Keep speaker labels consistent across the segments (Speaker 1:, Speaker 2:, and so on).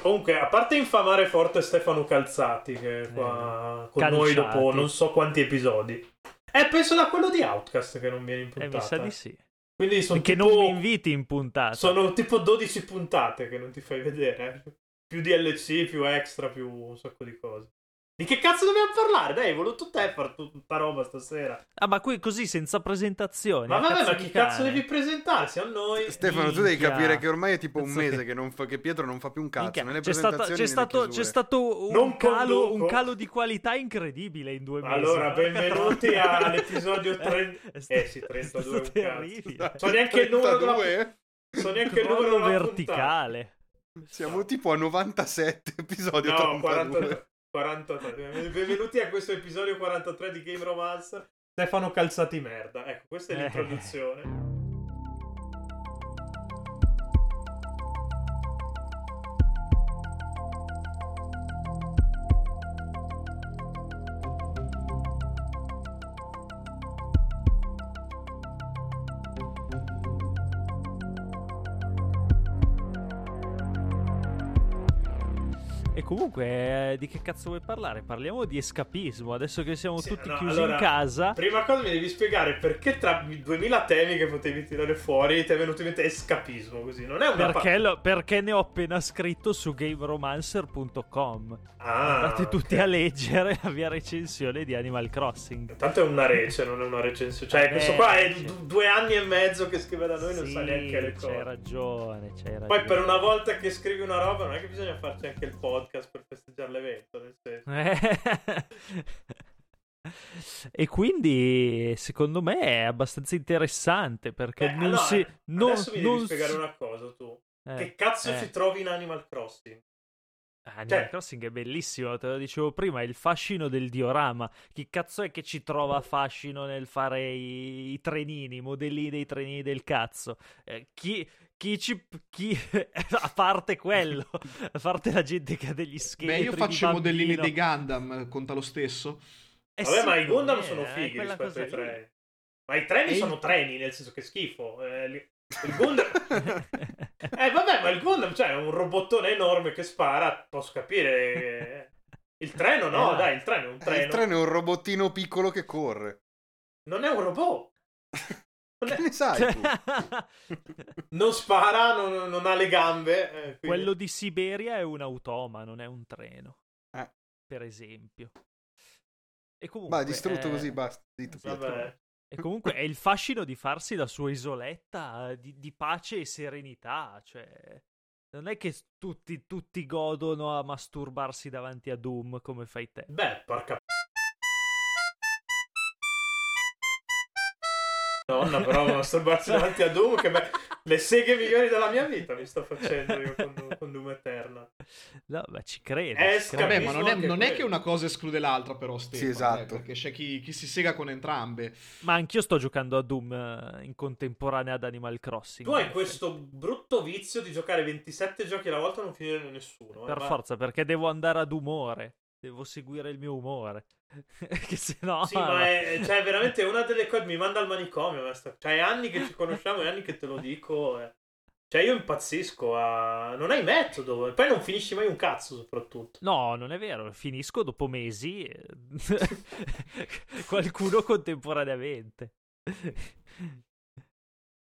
Speaker 1: Comunque, a parte infamare forte Stefano Calzati, che è qua con noi
Speaker 2: Eh, Calciati.
Speaker 1: dopo non so quanti episodi. Eh, penso da quello di Outcast che non viene in
Speaker 2: Eh,
Speaker 1: puntata.
Speaker 2: mi sa di sì.
Speaker 1: Quindi sono
Speaker 2: Che
Speaker 1: tipo,
Speaker 2: non mi inviti in puntata.
Speaker 1: sono tipo 12 puntate che non ti fai vedere. eh. Più DLC, più extra, più un sacco di cose. Di che cazzo dobbiamo parlare? Dai, hai voluto te far tutta roba stasera.
Speaker 2: Ah, ma qui così senza presentazioni.
Speaker 1: Ma
Speaker 2: a
Speaker 1: vabbè,
Speaker 2: cazzo
Speaker 1: ma
Speaker 2: di
Speaker 1: chi cazzo
Speaker 2: cane.
Speaker 1: devi presentarsi? A noi.
Speaker 3: Stefano, tu devi
Speaker 2: Minchia.
Speaker 3: capire che ormai è tipo un
Speaker 2: Cazzo che-
Speaker 3: mese che, non fa- che Pietro non fa più un cazzo.
Speaker 2: Minchia,
Speaker 3: Nelle
Speaker 2: c'è, stata-
Speaker 3: presentazioni
Speaker 2: c'è stato,
Speaker 3: nelle
Speaker 2: c'è
Speaker 3: chiusure.
Speaker 2: stato un,
Speaker 1: Non
Speaker 2: calo,
Speaker 1: conduco.
Speaker 2: un calo di qualità incredibile in due mesi.
Speaker 1: Allora,
Speaker 2: Porca
Speaker 1: benvenuti
Speaker 2: troia.
Speaker 1: all'episodio tre-
Speaker 2: È sta-
Speaker 1: Eh sì, 32 è un
Speaker 2: stato
Speaker 1: cazzo.
Speaker 2: terribile.
Speaker 1: So neanche il numero della-
Speaker 3: 32?
Speaker 1: So neanche il numero
Speaker 2: Crollo
Speaker 1: della puntata.
Speaker 2: verticale.
Speaker 3: Siamo tipo a 97 episodio
Speaker 1: No,
Speaker 3: 42.
Speaker 1: 43. 43. Benvenuti a questo episodio 43 di Game Romance. Stefano Calzati merda. Ecco, questa è
Speaker 2: Eh.
Speaker 1: l'introduzione.
Speaker 2: E comunque, eh, di che cazzo vuoi parlare? Parliamo di escapismo. Adesso che siamo
Speaker 1: Sì,
Speaker 2: tutti
Speaker 1: no,
Speaker 2: chiusi
Speaker 1: allora,
Speaker 2: in casa.
Speaker 1: Prima cosa mi devi spiegare perché tra 2000 temi che potevi tirare fuori ti è venuto in mente escapismo così. Non è una
Speaker 2: Perché, lo- perché ne ho appena scritto su gameromancer.com.
Speaker 1: pa- Ah,
Speaker 2: Andate tutti
Speaker 1: ok.
Speaker 2: a leggere la mia recensione di Animal Crossing.
Speaker 1: Tanto è una rece, non è una recensione. Cioè,
Speaker 2: Eh,
Speaker 1: questo qua è
Speaker 2: sì.
Speaker 1: du- due anni e mezzo che scrive da noi, non sa
Speaker 2: Sì,
Speaker 1: neanche le cose.
Speaker 2: C'hai ragione, c'hai ragione.
Speaker 1: Poi per una volta che scrivi una roba non è che bisogna farci anche il podcast per festeggiare l'evento, nel senso.
Speaker 2: e quindi secondo me è abbastanza interessante perché
Speaker 1: Beh,
Speaker 2: non
Speaker 1: allora,
Speaker 2: si non,
Speaker 1: Adesso mi
Speaker 2: non
Speaker 1: devi spiegare
Speaker 2: si-
Speaker 1: una cosa tu.
Speaker 2: eh,
Speaker 1: che cazzo
Speaker 2: eh.
Speaker 1: ci trovi in Animal Crossing?
Speaker 2: Ah, Animal
Speaker 1: cioè-
Speaker 2: Crossing è bellissimo, te lo dicevo prima, è il fascino del diorama. Chi cazzo è che ci trova fascino nel fare i, i trenini, i modellini dei trenini del cazzo? Eh, chi, chi ci... chi- a parte quello, a parte la gente che ha degli scheletri
Speaker 4: Beh, io
Speaker 2: di
Speaker 4: faccio i modellini
Speaker 2: bambino.
Speaker 4: dei Gundam, conta lo stesso.
Speaker 2: Eh
Speaker 1: Vabbè,
Speaker 2: sì,
Speaker 1: ma i Gundam
Speaker 2: eh,
Speaker 1: sono
Speaker 2: è
Speaker 1: fighi
Speaker 2: quella
Speaker 1: rispetto
Speaker 2: cosa
Speaker 1: ai
Speaker 2: lì.
Speaker 1: treni. Ma i treni
Speaker 2: E il-
Speaker 1: sono treni, nel senso che schifo. Eh, li- il Gundam... eh vabbè, ma il Gundam, cioè, è un robottone enorme che spara, posso capire... che- Il treno no,
Speaker 2: Eh,
Speaker 1: dai, il treno è un
Speaker 3: Eh,
Speaker 1: treno.
Speaker 3: Il treno è un robottino piccolo che corre.
Speaker 1: Non è un robot. Non,
Speaker 3: Che
Speaker 1: è-
Speaker 3: ne sai tu?
Speaker 1: non spara, non, non ha le gambe. eh, quindi-
Speaker 2: Quello di Siberia è un automa, non è un treno.
Speaker 3: Eh.
Speaker 2: Per esempio. E comunque,
Speaker 3: Vai, distrutto
Speaker 2: eh,
Speaker 3: così, basta. Zitto, Pietro.
Speaker 1: Vabbè.
Speaker 2: E comunque è il fascino di farsi la sua isoletta eh, di, di pace e serenità. Cioè, non è che tutti, tutti godono a masturbarsi davanti a Doom come fai te.
Speaker 1: Beh, porca... Nonna, però, masturbarsi davanti a Doom, che beh, le seghe migliori della mia vita mi sto facendo io con, con Doom Eterna.
Speaker 2: No, ma ci credo.
Speaker 1: Eh,
Speaker 2: ci credo.
Speaker 4: Vabbè,
Speaker 1: Capisco
Speaker 4: ma non è,
Speaker 1: anche
Speaker 4: non è
Speaker 1: quello.
Speaker 4: che una cosa esclude l'altra, però, Stefano. eh,
Speaker 3: esatto.
Speaker 4: perché c'è chi, chi si sega con entrambe.
Speaker 2: Ma anch'io sto giocando a Doom eh, in contemporanea ad Animal Crossing.
Speaker 1: Tu hai
Speaker 2: eh,
Speaker 1: questo brutto vizio di giocare 27 giochi alla volta e non finire nessuno. eh,
Speaker 2: Per
Speaker 1: ma-
Speaker 2: forza, perché devo andare ad umore. Devo seguire il mio umore. che se no.
Speaker 1: Sì, ma è cioè, veramente una delle cose mi manda al manicomio. ma sta- Cioè, è anni che ci conosciamo e anni che te lo dico. eh. Cioè, io impazzisco. a- Non hai metodo. E poi non finisci mai un cazzo, soprattutto.
Speaker 2: No, non è vero, finisco dopo mesi. eh, Qualcuno contemporaneamente.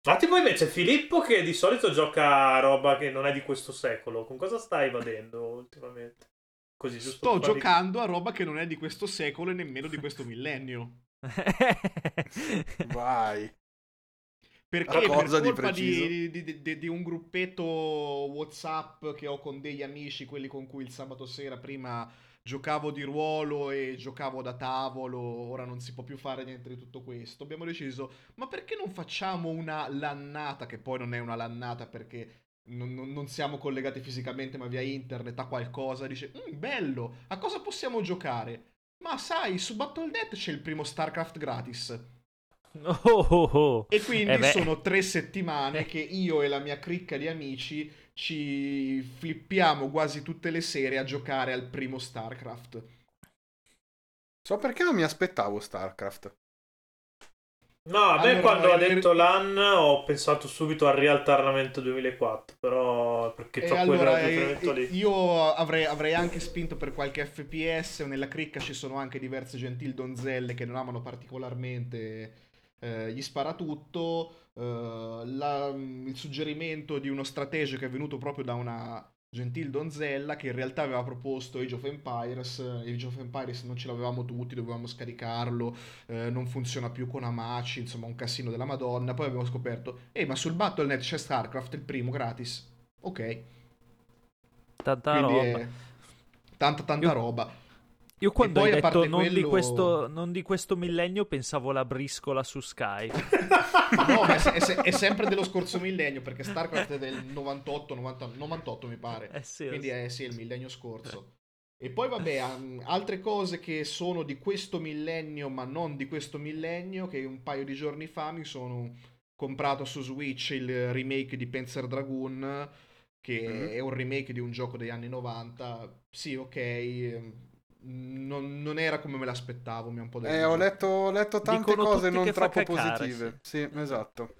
Speaker 1: Ma tipo invece Filippo che di solito gioca a roba che non è di questo secolo. Con cosa stai vadendo ultimamente? Così giusto.
Speaker 4: Sto
Speaker 1: per farvi-
Speaker 4: giocando a roba che non è di questo secolo e nemmeno di questo millennio.
Speaker 3: Vai.
Speaker 4: Perché
Speaker 3: A cosa di
Speaker 4: per colpa di,
Speaker 3: preciso?
Speaker 4: di- di- di un gruppetto WhatsApp che ho con degli amici, quelli con cui il sabato sera prima giocavo di ruolo e giocavo da tavolo, ora non si può più fare niente di tutto questo, abbiamo deciso, ma perché non facciamo una lannata, che poi non è una lannata perché non, non- non siamo collegati fisicamente ma via internet a qualcosa, dice, "Mm, bello, a cosa possiamo giocare? Ma sai, su Battle.net c'è il primo StarCraft gratis.
Speaker 2: Oh, oh, oh.
Speaker 4: E quindi
Speaker 2: Eh beh.
Speaker 4: sono tre settimane che io e la mia cricca di amici ci flippiamo quasi tutte le sere a giocare al primo StarCraft.
Speaker 3: So perché non mi aspettavo StarCraft.
Speaker 1: No, a me
Speaker 4: Allora,
Speaker 1: quando ha
Speaker 4: il-
Speaker 1: detto LAN ho pensato subito al Real Tournament 2004, però perché
Speaker 4: E
Speaker 1: c'ho
Speaker 4: allora,
Speaker 1: quel
Speaker 4: eh,
Speaker 1: riferimento
Speaker 4: eh,
Speaker 1: lì.
Speaker 4: io avrei, avrei anche spinto per qualche FPS. Nella cricca ci sono anche diverse gentil donzelle che non amano particolarmente eh, gli sparatutto. Eh, la- il suggerimento di uno strategio che è venuto proprio da una gentil donzella che in realtà aveva proposto Age of Empires. eh, Age of Empires non ce l'avevamo tutti, dovevamo scaricarlo. eh, non funziona più con Amaci, insomma, un casino della Madonna. Poi abbiamo scoperto, eh, ma sul Battle.net c'è StarCraft, il primo gratis. Ok.
Speaker 2: Tanta
Speaker 4: Quindi
Speaker 2: roba.
Speaker 4: è tanta tanta
Speaker 2: Io-
Speaker 4: roba.
Speaker 2: Io quando
Speaker 4: e
Speaker 2: hai
Speaker 4: poi, a
Speaker 2: detto
Speaker 4: parte
Speaker 2: non, di
Speaker 4: quello-
Speaker 2: questo, non di questo millennio pensavo alla briscola su Sky.
Speaker 4: No, ma è, se- è se- è sempre dello scorso millennio, perché StarCraft è del 98, 90 98 mi pare.
Speaker 2: Eh sì,
Speaker 4: Quindi
Speaker 2: sì. Eh.
Speaker 4: è sì, il millennio scorso. E poi vabbè, um, altre cose che sono di questo millennio, ma non di questo millennio, che un paio di giorni fa mi sono comprato su Switch il remake di Panzer Dragoon, che
Speaker 2: Mm-hmm.
Speaker 3: Mhm.
Speaker 4: è un remake di un gioco degli anni 90. Sì, ok, ehm, non, non era come me l'aspettavo, mi ha un po'
Speaker 3: Eh, ho letto, ho letto tante
Speaker 2: Dicono
Speaker 3: cose
Speaker 2: tutti
Speaker 3: non
Speaker 2: che fa
Speaker 3: troppo
Speaker 2: cacare,
Speaker 3: positive. Sì. esatto.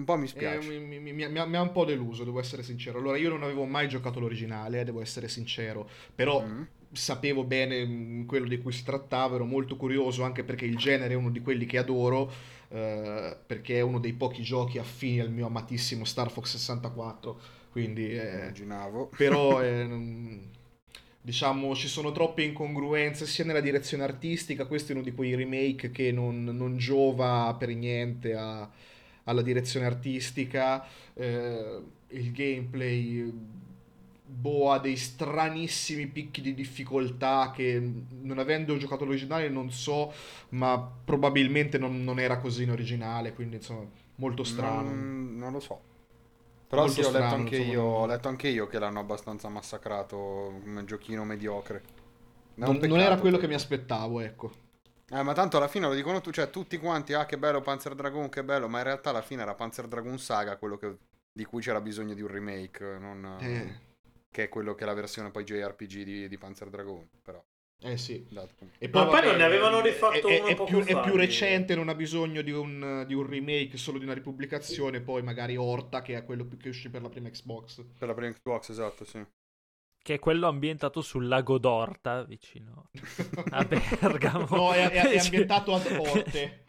Speaker 3: Un po' mi
Speaker 4: Eh,
Speaker 3: spiace.
Speaker 4: mi, mi- mi- mi- mi ha mi ha un po' deluso, devo essere sincero. Allora, io non avevo mai giocato l'originale, eh, devo essere sincero, però
Speaker 3: Mm.
Speaker 4: sapevo bene mh, quello di cui si trattava, ero molto curioso anche perché il genere è uno di quelli che adoro, eh, perché è uno dei pochi giochi affini al mio amatissimo Star Fox 64, quindi... eh,
Speaker 3: Immaginavo.
Speaker 4: però eh, non- diciamo ci sono troppe incongruenze sia nella direzione artistica, questo è uno di quei remake che non, non giova per niente a- alla direzione artistica, eh, il gameplay boh, ha dei stranissimi picchi di difficoltà che non avendo giocato l'originale non so, ma probabilmente non, non era così in originale, quindi insomma molto strano.
Speaker 3: Non, Mm, non lo so. Però
Speaker 4: Molto
Speaker 3: sì, ho letto,
Speaker 4: strano,
Speaker 3: anche
Speaker 4: insomma,
Speaker 3: io,
Speaker 4: non-
Speaker 3: ho letto anche io che l'hanno abbastanza massacrato come giochino mediocre. È un
Speaker 4: Non, non
Speaker 3: peccato.
Speaker 4: era quello che mi aspettavo, ecco.
Speaker 3: Eh, ma tanto alla fine lo dicono tu, cioè tutti quanti, ah che bello Panzer Dragoon, che bello, ma in realtà alla fine era Panzer Dragoon Saga quello che- di cui c'era bisogno di un remake, non,
Speaker 4: Eh.
Speaker 3: che è quello che è la versione poi JRPG di, di Panzer Dragoon, però.
Speaker 4: Eh sì.
Speaker 3: dato che-
Speaker 4: E
Speaker 1: Ma poi non ne
Speaker 4: vabbè,
Speaker 1: avevano rifatto
Speaker 4: è, è-
Speaker 1: uno
Speaker 4: è
Speaker 1: poco
Speaker 4: più, è
Speaker 1: fa,
Speaker 4: più
Speaker 1: quindi-
Speaker 4: recente, non ha bisogno di un, di un remake, solo di una ripubblicazione. Poi magari Horta, che è quello che uscì per la prima Xbox.
Speaker 3: Per la prima Xbox, esatto, sì.
Speaker 2: Che è quello ambientato sul lago d'Orta, vicino a Bergamo.
Speaker 4: No, è, è- è
Speaker 2: Sì.
Speaker 4: ambientato ad Orte.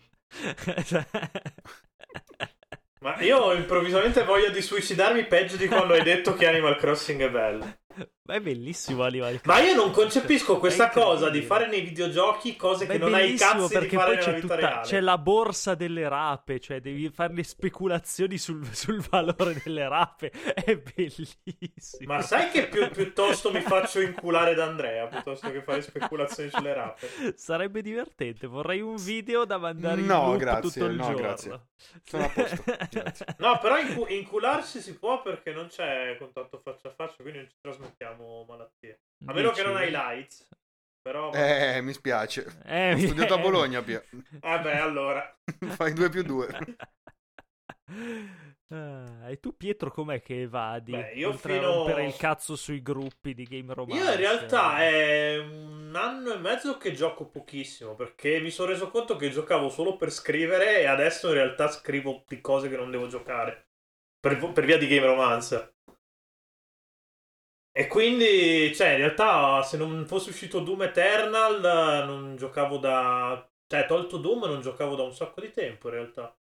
Speaker 1: Ma io ho improvvisamente voglia di suicidarmi peggio di quando hai detto che Animal Crossing è bello.
Speaker 2: Ma è bellissimo Animal
Speaker 1: Ma
Speaker 2: Crossing. Cioè,
Speaker 1: io non concepisco
Speaker 2: È
Speaker 1: questa
Speaker 2: incredibile.
Speaker 1: cosa di fare nei videogiochi cose
Speaker 2: Ma
Speaker 1: che
Speaker 2: è
Speaker 1: non hai i
Speaker 2: bellissimo
Speaker 1: cazzi di
Speaker 2: perché
Speaker 1: fare
Speaker 2: poi
Speaker 1: nella
Speaker 2: c'è,
Speaker 1: vita
Speaker 2: tutta,
Speaker 1: reale.
Speaker 2: c'è la borsa delle rape, cioè devi fare le speculazioni sul, sul valore delle rape. È bellissimo.
Speaker 1: Ma sai che più- piuttosto mi faccio inculare da Andrea, piuttosto che fare speculazioni sulle rape?
Speaker 2: Sarebbe divertente. Vorrei un video da mandare in
Speaker 3: No,
Speaker 2: loop
Speaker 3: grazie,
Speaker 2: tutto il
Speaker 3: no,
Speaker 2: giorno.
Speaker 3: grazie. Sono a posto, grazie.
Speaker 1: No, però incu- incularsi si può perché non c'è contatto faccia a faccia, quindi non ci trasmettiamo malattie. A meno che non hai l'AIDS. Però...
Speaker 3: Eh, mi spiace.
Speaker 2: Eh,
Speaker 3: Ho
Speaker 2: mi-
Speaker 3: studiato a
Speaker 2: eh,
Speaker 3: Bologna, Pia.
Speaker 1: Vabbè, allora.
Speaker 3: Fai due più due.
Speaker 2: Ah, e tu Pietro com'è che evadi?
Speaker 1: Beh, io
Speaker 2: Oltre
Speaker 1: fino-
Speaker 2: a rompere il cazzo sui gruppi di game romance.
Speaker 1: Io in realtà eh, è un anno e mezzo che gioco pochissimo perché mi sono reso conto che giocavo solo per scrivere e adesso in realtà scrivo di cose che non devo giocare per, per via di Game Romance. E quindi, cioè, in realtà se non fosse uscito Doom Eternal eh, non giocavo da... cioè, tolto Doom non giocavo da un sacco di tempo in realtà.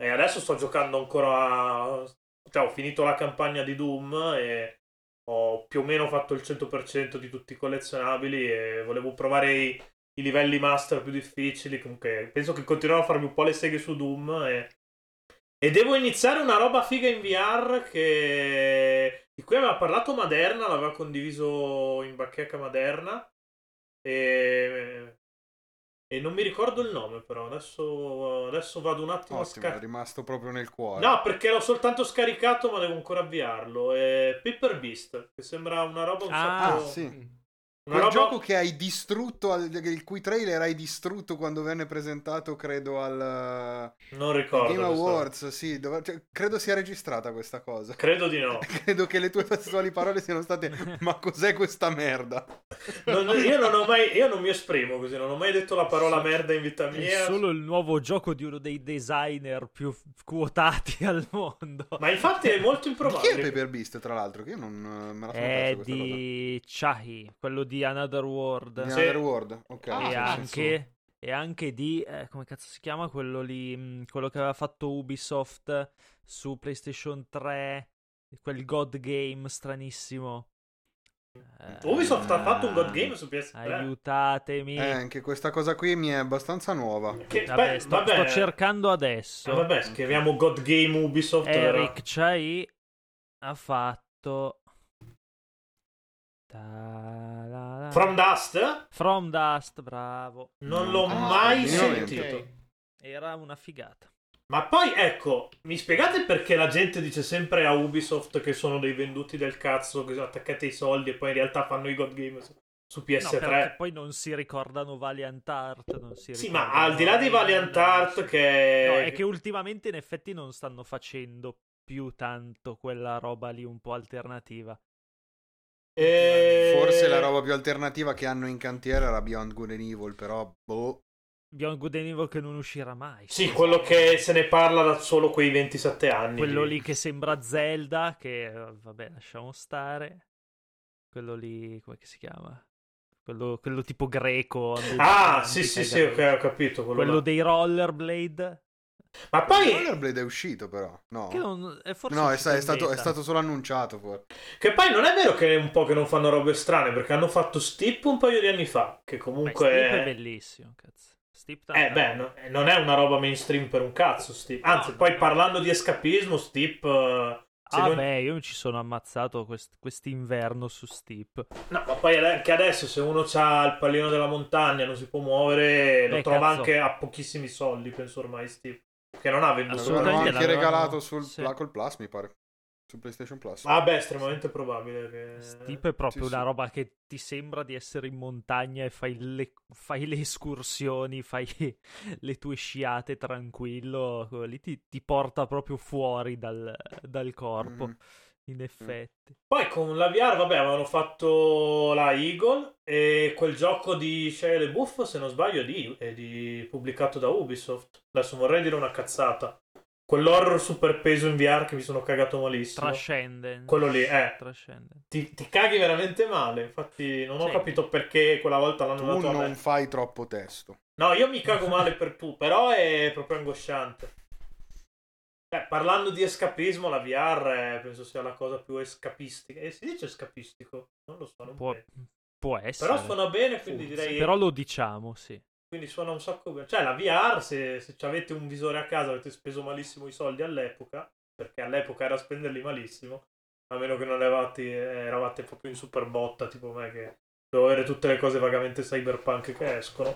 Speaker 1: E adesso sto giocando ancora... cioè, ho finito la campagna di Doom e ho più o meno fatto il 100% di tutti i collezionabili e volevo provare i, i livelli master più difficili. Comunque, penso che continuerò a farmi un po' le seghe su Doom. E, e devo iniziare una roba figa in VR che... di cui aveva parlato Maderna, l'aveva condiviso in bacheca Maderna. E... e non mi ricordo il nome, però adesso, adesso vado un attimo
Speaker 3: Ottimo,
Speaker 1: a
Speaker 3: è
Speaker 1: scattare.
Speaker 3: rimasto proprio nel cuore.
Speaker 1: No, perché l'ho soltanto scaricato, ma devo ancora avviarlo. È Paper Beast, che sembra una roba un
Speaker 2: Ah,
Speaker 3: Ah,
Speaker 1: sacco...
Speaker 3: sì.
Speaker 4: Mm.
Speaker 1: una
Speaker 3: Quel
Speaker 1: roba-
Speaker 3: gioco che hai distrutto, al- il cui trailer hai distrutto quando venne presentato, credo, al
Speaker 1: Non
Speaker 3: ai
Speaker 1: ricordo.
Speaker 3: Game
Speaker 1: questo.
Speaker 3: Awards. Sì, dove- cioè, credo sia registrata questa cosa.
Speaker 1: Credo di no.
Speaker 3: Credo che le tue testuali parole siano state: Ma cos'è questa merda?
Speaker 1: Non- io, non ho mai, io non mi esprimo così, non ho mai detto la parola merda in vita
Speaker 2: È
Speaker 1: mia.
Speaker 2: solo il nuovo gioco di uno dei designer più f- quotati al mondo.
Speaker 1: Ma infatti è molto
Speaker 3: Di Chi è
Speaker 1: improbabile.
Speaker 3: Paper Beast, tra l'altro? Che io non eh, me la sono
Speaker 2: È
Speaker 3: persa questa cosa.
Speaker 2: di Chahi, quello di Another World.
Speaker 3: Di
Speaker 1: Sì.
Speaker 3: Another World, ok.
Speaker 4: Ah,
Speaker 2: e,
Speaker 4: sì,
Speaker 2: anche, e anche di eh, come cazzo si chiama quello lì mh, quello che aveva fatto Ubisoft su PlayStation 3 quel god game stranissimo Eh,
Speaker 1: Ubisoft ha fatto un god game su PS3.
Speaker 2: aiutatemi
Speaker 3: Eh, anche questa cosa qui mi è abbastanza nuova.
Speaker 1: Che-
Speaker 2: Vabbè,
Speaker 1: beh,
Speaker 2: sto,
Speaker 1: vabbè.
Speaker 2: sto cercando
Speaker 1: Eh,
Speaker 2: adesso
Speaker 1: vabbè, scriviamo god game Ubisoft. allora.
Speaker 2: Eric Chai ha fatto Ta-la-la.
Speaker 1: From Dust?
Speaker 2: From Dust bravo
Speaker 1: Non l'ho
Speaker 3: Ah,
Speaker 1: mai
Speaker 3: minimamente.
Speaker 1: sentito.
Speaker 4: ok.
Speaker 2: era una figata
Speaker 1: Ma poi ecco, mi spiegate perché la gente dice sempre a Ubisoft che sono dei venduti del cazzo, che sono attaccati ai soldi e poi in realtà fanno i god game su, su
Speaker 2: No,
Speaker 1: PS3?
Speaker 2: perché poi non si ricordano Valiant Art. Non si
Speaker 1: Sì, ma
Speaker 2: ricordano-
Speaker 1: al di là dei Valiant Art che...
Speaker 2: No, è che ultimamente in effetti non stanno facendo più tanto quella roba lì un po' alternativa.
Speaker 1: Eh,
Speaker 3: Forse la roba più alternativa che hanno in cantiere era Beyond Good and Evil, però boh.
Speaker 2: Beyond Good and Evil che non uscirà mai.
Speaker 1: Sì, quello che se ne parla da solo quei 27 anni.
Speaker 2: Quello lì che sembra Zelda, che eh, vabbè, lasciamo stare. Quello lì, come che si chiama? Quello, quello tipo greco.
Speaker 1: Ah,
Speaker 2: anti-
Speaker 1: sì, sì, sì,
Speaker 2: anti-
Speaker 1: ok, ho capito. Quello,
Speaker 2: Quello
Speaker 1: là.
Speaker 2: dei rollerblade.
Speaker 1: Ma poi,
Speaker 3: Rollerblade è uscito però, no?
Speaker 2: Che non, è forse
Speaker 3: No, è,
Speaker 2: uscito
Speaker 3: sta- è
Speaker 2: in
Speaker 3: stato, è
Speaker 2: beta.
Speaker 3: stato solo annunciato fuori.
Speaker 1: che poi non è vero che è un po' che non fanno robe strane, perché hanno fatto Steep un paio di anni fa, che comunque...
Speaker 2: Beh, Steep è bellissimo, cazzo. Steep
Speaker 1: Eh
Speaker 2: tanto-
Speaker 1: beh, no- non è una roba mainstream per un cazzo, Steep. Anzi,
Speaker 2: No,
Speaker 1: poi
Speaker 2: no.
Speaker 1: parlando di escapismo, Steep... eh, se
Speaker 2: Ah
Speaker 1: non-
Speaker 2: beh, io mi ci sono ammazzato quest- quest'inverno su Steep.
Speaker 1: No, ma poi anche adesso se uno ha il pallino della montagna non si può muovere, lo
Speaker 2: Beh,
Speaker 1: trova
Speaker 2: cazzo.
Speaker 1: anche a pochissimi soldi, penso ormai Steep. Che non ha venduto.
Speaker 2: Assolutamente
Speaker 3: L'avevano anche
Speaker 2: l'avevano-
Speaker 3: regalato sul
Speaker 2: sì.
Speaker 3: la- col Plus, mi pare. Su PlayStation Plus.
Speaker 1: Ah beh, estremamente probabile che...
Speaker 2: Steep è proprio
Speaker 3: sì, sì.
Speaker 2: una roba che ti sembra di essere in montagna e fai le, fai le escursioni, fai le tue sciate tranquillo. quello Lì ti, ti porta proprio fuori dal, dal corpo,
Speaker 1: Mm-hmm.
Speaker 3: Mhm.
Speaker 2: in effetti.
Speaker 1: Poi con la VR, vabbè, avevano fatto la Eagle e quel gioco di Shia LeBuff, se non sbaglio, è di, è di- pubblicato da Ubisoft. Adesso vorrei dire una cazzata. Quell'horror super peso in VR che mi sono cagato malissimo.
Speaker 2: Trascende.
Speaker 1: Quello lì, eh.
Speaker 2: Trascende.
Speaker 1: Ti, ti caghi veramente male. Infatti, non ho
Speaker 2: Sì.
Speaker 1: capito perché quella volta l'hanno
Speaker 3: Tu
Speaker 1: dato a me.
Speaker 3: non fai troppo testo.
Speaker 1: No, io mi cago male per tu, però è proprio angosciante. Beh, parlando di escapismo, la VR eh, penso sia la cosa più escapistica. E si dice escapistico? Non lo so, non
Speaker 2: Può,
Speaker 1: penso.
Speaker 2: può essere.
Speaker 1: Però suona bene, quindi
Speaker 4: Forse,
Speaker 1: direi...
Speaker 2: Però lo diciamo, sì.
Speaker 1: Quindi suona un sacco bene. Cioè, la VR, se, se ci avete un visore a casa, avete speso malissimo i soldi all'epoca, perché all'epoca era spenderli malissimo, a meno che non eravate, eh, eravate proprio in super botta, tipo me, che dovevo avere tutte le cose vagamente cyberpunk che escono.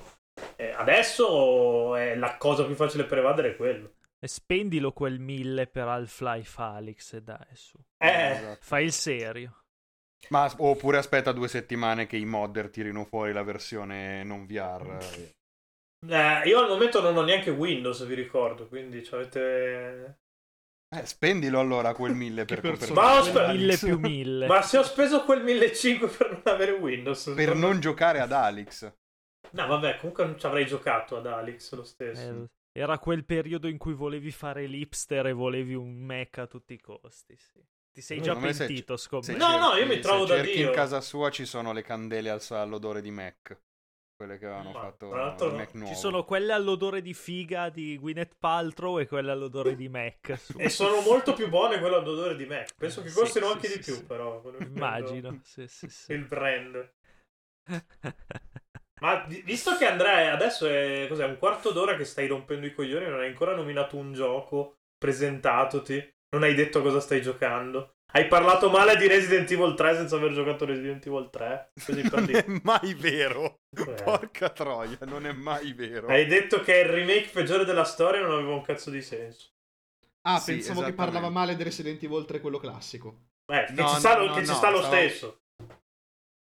Speaker 1: Eh, adesso è la cosa più facile per evadere è quello.
Speaker 2: E spendilo quel mille per Half-Life Alyx e dai su.
Speaker 1: Eh,
Speaker 3: Esatto.
Speaker 2: Fai il serio.
Speaker 3: Ma, oppure aspetta due settimane che i modder tirino fuori la versione non VR. eh.
Speaker 1: eh, io al momento non ho neanche Windows, vi ricordo, quindi ci avete...
Speaker 3: Eh, spendilo allora quel 1000 per
Speaker 4: Che
Speaker 3: comprare.
Speaker 1: persona- Ma
Speaker 3: quel
Speaker 1: aspetta-
Speaker 3: Alex.
Speaker 2: Mille più mille.
Speaker 1: Ma se ho speso quel 1500 per non avere Windows...
Speaker 3: Per non giocare ad Alex.
Speaker 1: No, vabbè, comunque non ci avrei giocato ad Alex lo stesso.
Speaker 2: Eh, Era quel periodo in cui volevi fare l'hipster e volevi un Mac a tutti i costi. sì. Ti sei già
Speaker 3: Secondo me se-
Speaker 2: pentito,
Speaker 3: se
Speaker 2: scommetto.
Speaker 1: No,
Speaker 3: cerchi-
Speaker 1: no, io mi
Speaker 3: se
Speaker 1: trovo da
Speaker 3: cerchi
Speaker 1: Dio.
Speaker 3: in casa sua ci sono le candele al sa- all'odore di Mac. Quelle che avevano
Speaker 1: Ma,
Speaker 3: fatto
Speaker 1: tra l'altro
Speaker 3: il
Speaker 1: no.
Speaker 3: Mac nuovo.
Speaker 2: Ci sono quelle all'odore di figa di Gwyneth Paltrow e quelle all'odore di Mac. su-
Speaker 1: E sono molto più buone quelle ad odore di Mac. Penso che
Speaker 2: Eh, Sì,
Speaker 1: costino
Speaker 2: sì,
Speaker 1: anche
Speaker 2: sì,
Speaker 1: di più,
Speaker 2: sì.
Speaker 1: però. quello che
Speaker 2: Immagino. Sì, sì,
Speaker 1: prendo
Speaker 2: sì.
Speaker 1: Il brand. Ma vi- visto che Andrea adesso è cos'è, un quarto d'ora che stai rompendo i coglioni, non hai ancora nominato un gioco, presentatoti, non hai detto cosa stai giocando. Hai parlato male di Resident Evil 3 senza aver giocato Resident Evil 3. Così per
Speaker 3: non è
Speaker 1: dire.
Speaker 3: mai vero.
Speaker 1: Eh.
Speaker 3: Porca troia, non è mai vero.
Speaker 1: Hai detto che è il remake peggiore della storia e non aveva un cazzo di senso.
Speaker 4: Ah,
Speaker 3: Sì,
Speaker 4: pensavo che
Speaker 3: esattamente.
Speaker 4: parlava male del Resident Evil 3, quello classico.
Speaker 1: Eh, che
Speaker 3: No,
Speaker 1: ci sta,
Speaker 3: no,
Speaker 1: lo-
Speaker 3: no,
Speaker 1: che ci
Speaker 3: no,
Speaker 1: sta lo
Speaker 3: stavo-
Speaker 1: stesso.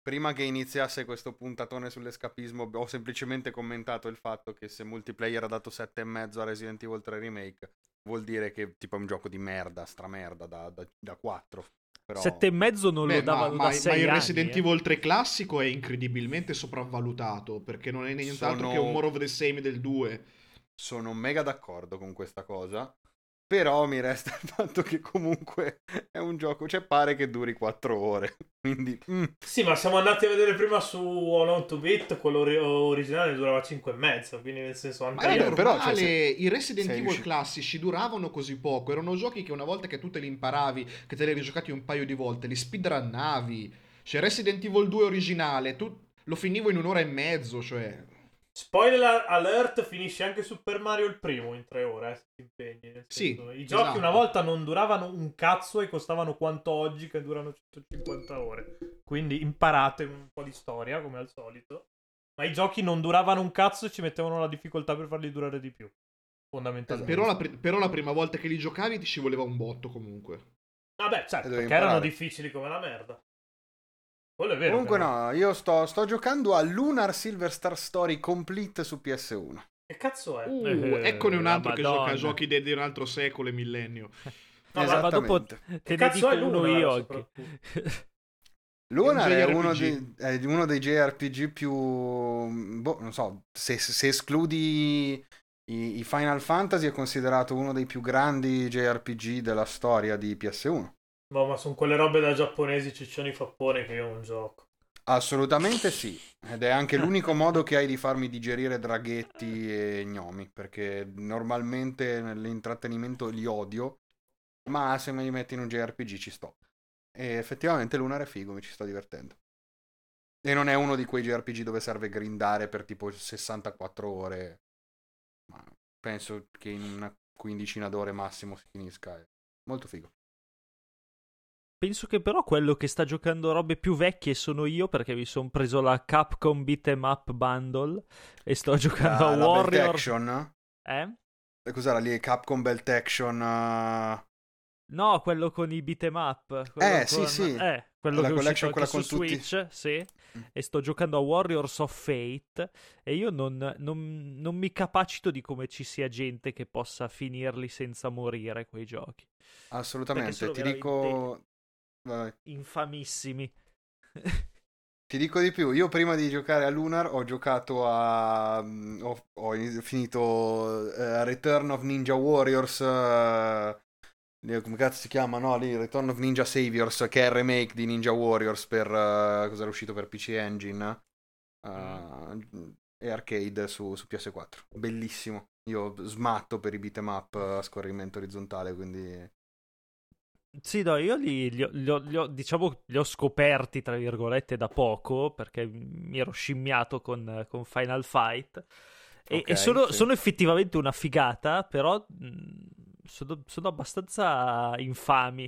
Speaker 3: Prima che iniziasse questo puntatone sull'escapismo, ho semplicemente commentato il fatto che se multiplayer ha dato 7,5 a Resident Evil 3 Remake, vuol dire che tipo è un gioco di merda, stramerda, da, da, 4. Però...
Speaker 2: Sette e mezzo non
Speaker 4: Beh,
Speaker 2: lo davano
Speaker 4: ma,
Speaker 2: da
Speaker 4: ma-
Speaker 2: sei
Speaker 4: ma il
Speaker 2: anni,
Speaker 4: Resident
Speaker 2: eh.
Speaker 4: Evil 3 classico è incredibilmente sopravvalutato perché non è nient'altro
Speaker 3: Sono-
Speaker 4: che un More of the Same del 2.
Speaker 3: Sono mega d'accordo con questa cosa. Però mi resta il fatto che comunque è un gioco, cioè pare che duri 4 ore. Quindi, mm,
Speaker 1: Sì, ma siamo andati a vedere prima su All On to Bit, quello ori- originale durava 5 e mezzo, quindi nel senso
Speaker 4: Ma
Speaker 3: Eh,
Speaker 4: era
Speaker 1: anche
Speaker 3: io- però,
Speaker 4: normale,
Speaker 3: cioè, se-
Speaker 4: i Resident
Speaker 3: sei
Speaker 4: Evil
Speaker 3: riusci-
Speaker 4: classici duravano così poco, erano giochi che una volta che tu te li imparavi, che te li rigiocati un paio di volte, li speedrunnavi. Cioè Resident Evil 2 originale, tu lo finivo in un'ora e mezzo, cioè...
Speaker 1: Spoiler alert, finisce anche Super Mario il primo in 3 ore, eh, se ti impegni. nel
Speaker 4: Sì,
Speaker 1: senso. I giochi
Speaker 4: esatto.
Speaker 1: una volta non duravano un cazzo e costavano quanto oggi che durano 150 ore. Quindi imparate un po' di storia, come al solito. Ma i giochi non duravano un cazzo e ci mettevano la difficoltà per farli durare di più.
Speaker 3: Esatto.
Speaker 1: Fondamentalmente.
Speaker 4: Però la, pri- però la prima volta che li giocavi ti ci voleva un botto comunque.
Speaker 1: Vabbè,
Speaker 4: Eh,
Speaker 1: certo,
Speaker 3: E dovevi
Speaker 1: perché erano
Speaker 3: imparare.
Speaker 1: difficili come la merda. Quello è vero.
Speaker 3: comunque
Speaker 1: però.
Speaker 3: no, io sto, sto giocando a Lunar Silver Star Story Complete su PS1.
Speaker 1: Che cazzo è?
Speaker 4: Uh,
Speaker 2: Eh,
Speaker 4: eccone un
Speaker 2: la
Speaker 4: altro che gioca a
Speaker 2: Madonna.
Speaker 4: giochi de- di un altro secolo e millennio.
Speaker 1: No, ma-
Speaker 2: ma dopo
Speaker 3: Esattamente.
Speaker 2: te
Speaker 1: Che
Speaker 2: ne
Speaker 1: cazzo
Speaker 2: dico
Speaker 1: è
Speaker 2: uno
Speaker 1: Lunar,
Speaker 2: io
Speaker 1: soprattutto?
Speaker 2: oggi.
Speaker 3: Lunar
Speaker 4: È
Speaker 3: è
Speaker 4: un
Speaker 3: uno,
Speaker 4: JRPG.
Speaker 3: dei, è uno dei JRPG più. Boh, non so. Se, se escludi i, i Final Fantasy, è considerato uno dei più grandi JRPG della storia di PS1.
Speaker 1: Boh, ma sono quelle robe da giapponesi ciccioni fappone che io non gioco.
Speaker 3: Assolutamente sì. Ed è anche l'unico modo che hai di farmi digerire draghetti e gnomi. Perché normalmente nell'intrattenimento li odio. Ma se me li metti in un JRPG ci sto. E effettivamente Lunar è figo, mi ci sto divertendo. E non è uno di quei JRPG dove serve grindare per tipo 64 ore. Ma penso che in una quindicina d'ore massimo si finisca. È molto figo.
Speaker 2: Penso che però quello che sta giocando robe più vecchie sono io perché mi sono preso la Capcom Beat'em Up Bundle e sto giocando a
Speaker 3: Ah, la Belt
Speaker 2: Warrior.
Speaker 3: Action?
Speaker 2: Eh?
Speaker 3: Eh, Cos'era lì? Capcom Belt Action? eh,
Speaker 2: No, quello con i beat'em up. quello
Speaker 3: Eh,
Speaker 2: con-
Speaker 3: sì, sì.
Speaker 2: Eh, quello
Speaker 3: La
Speaker 2: che è uscito
Speaker 3: collection,
Speaker 2: anche
Speaker 3: quella
Speaker 2: su
Speaker 3: con tutti. Mm.
Speaker 2: Switch, sì. E sto giocando a Warriors of Fate e io non, non- non mi capacito di come ci sia gente che possa finirli senza morire quei giochi.
Speaker 3: Assolutamente,
Speaker 2: sono
Speaker 3: ti
Speaker 2: veramente-
Speaker 3: dico... Vai.
Speaker 2: Infamissimi.
Speaker 3: Ti dico di più, io prima di giocare a Lunar ho giocato a... mm, ho, ho in- finito eh, Return of Ninja Warriors, eh, lì- come cazzo si chiama, no? Lì, Return of Ninja Saviors, che è il remake di Ninja Warriors per... eh, cosa era uscito per PC Engine
Speaker 2: Mm.
Speaker 3: eh, e arcade su, su PS4. Bellissimo, io smatto per i beat'em up a scorrimento orizzontale, quindi...
Speaker 2: Sì, no, io li, li ho- li ho- li ho- diciamo, li ho scoperti, tra virgolette, da poco, perché mi ero scimmiato con, con Final Fight. E,
Speaker 3: Ok,
Speaker 2: e sono,
Speaker 3: sì.
Speaker 2: sono effettivamente una figata, però mh, sono, sono abbastanza infami.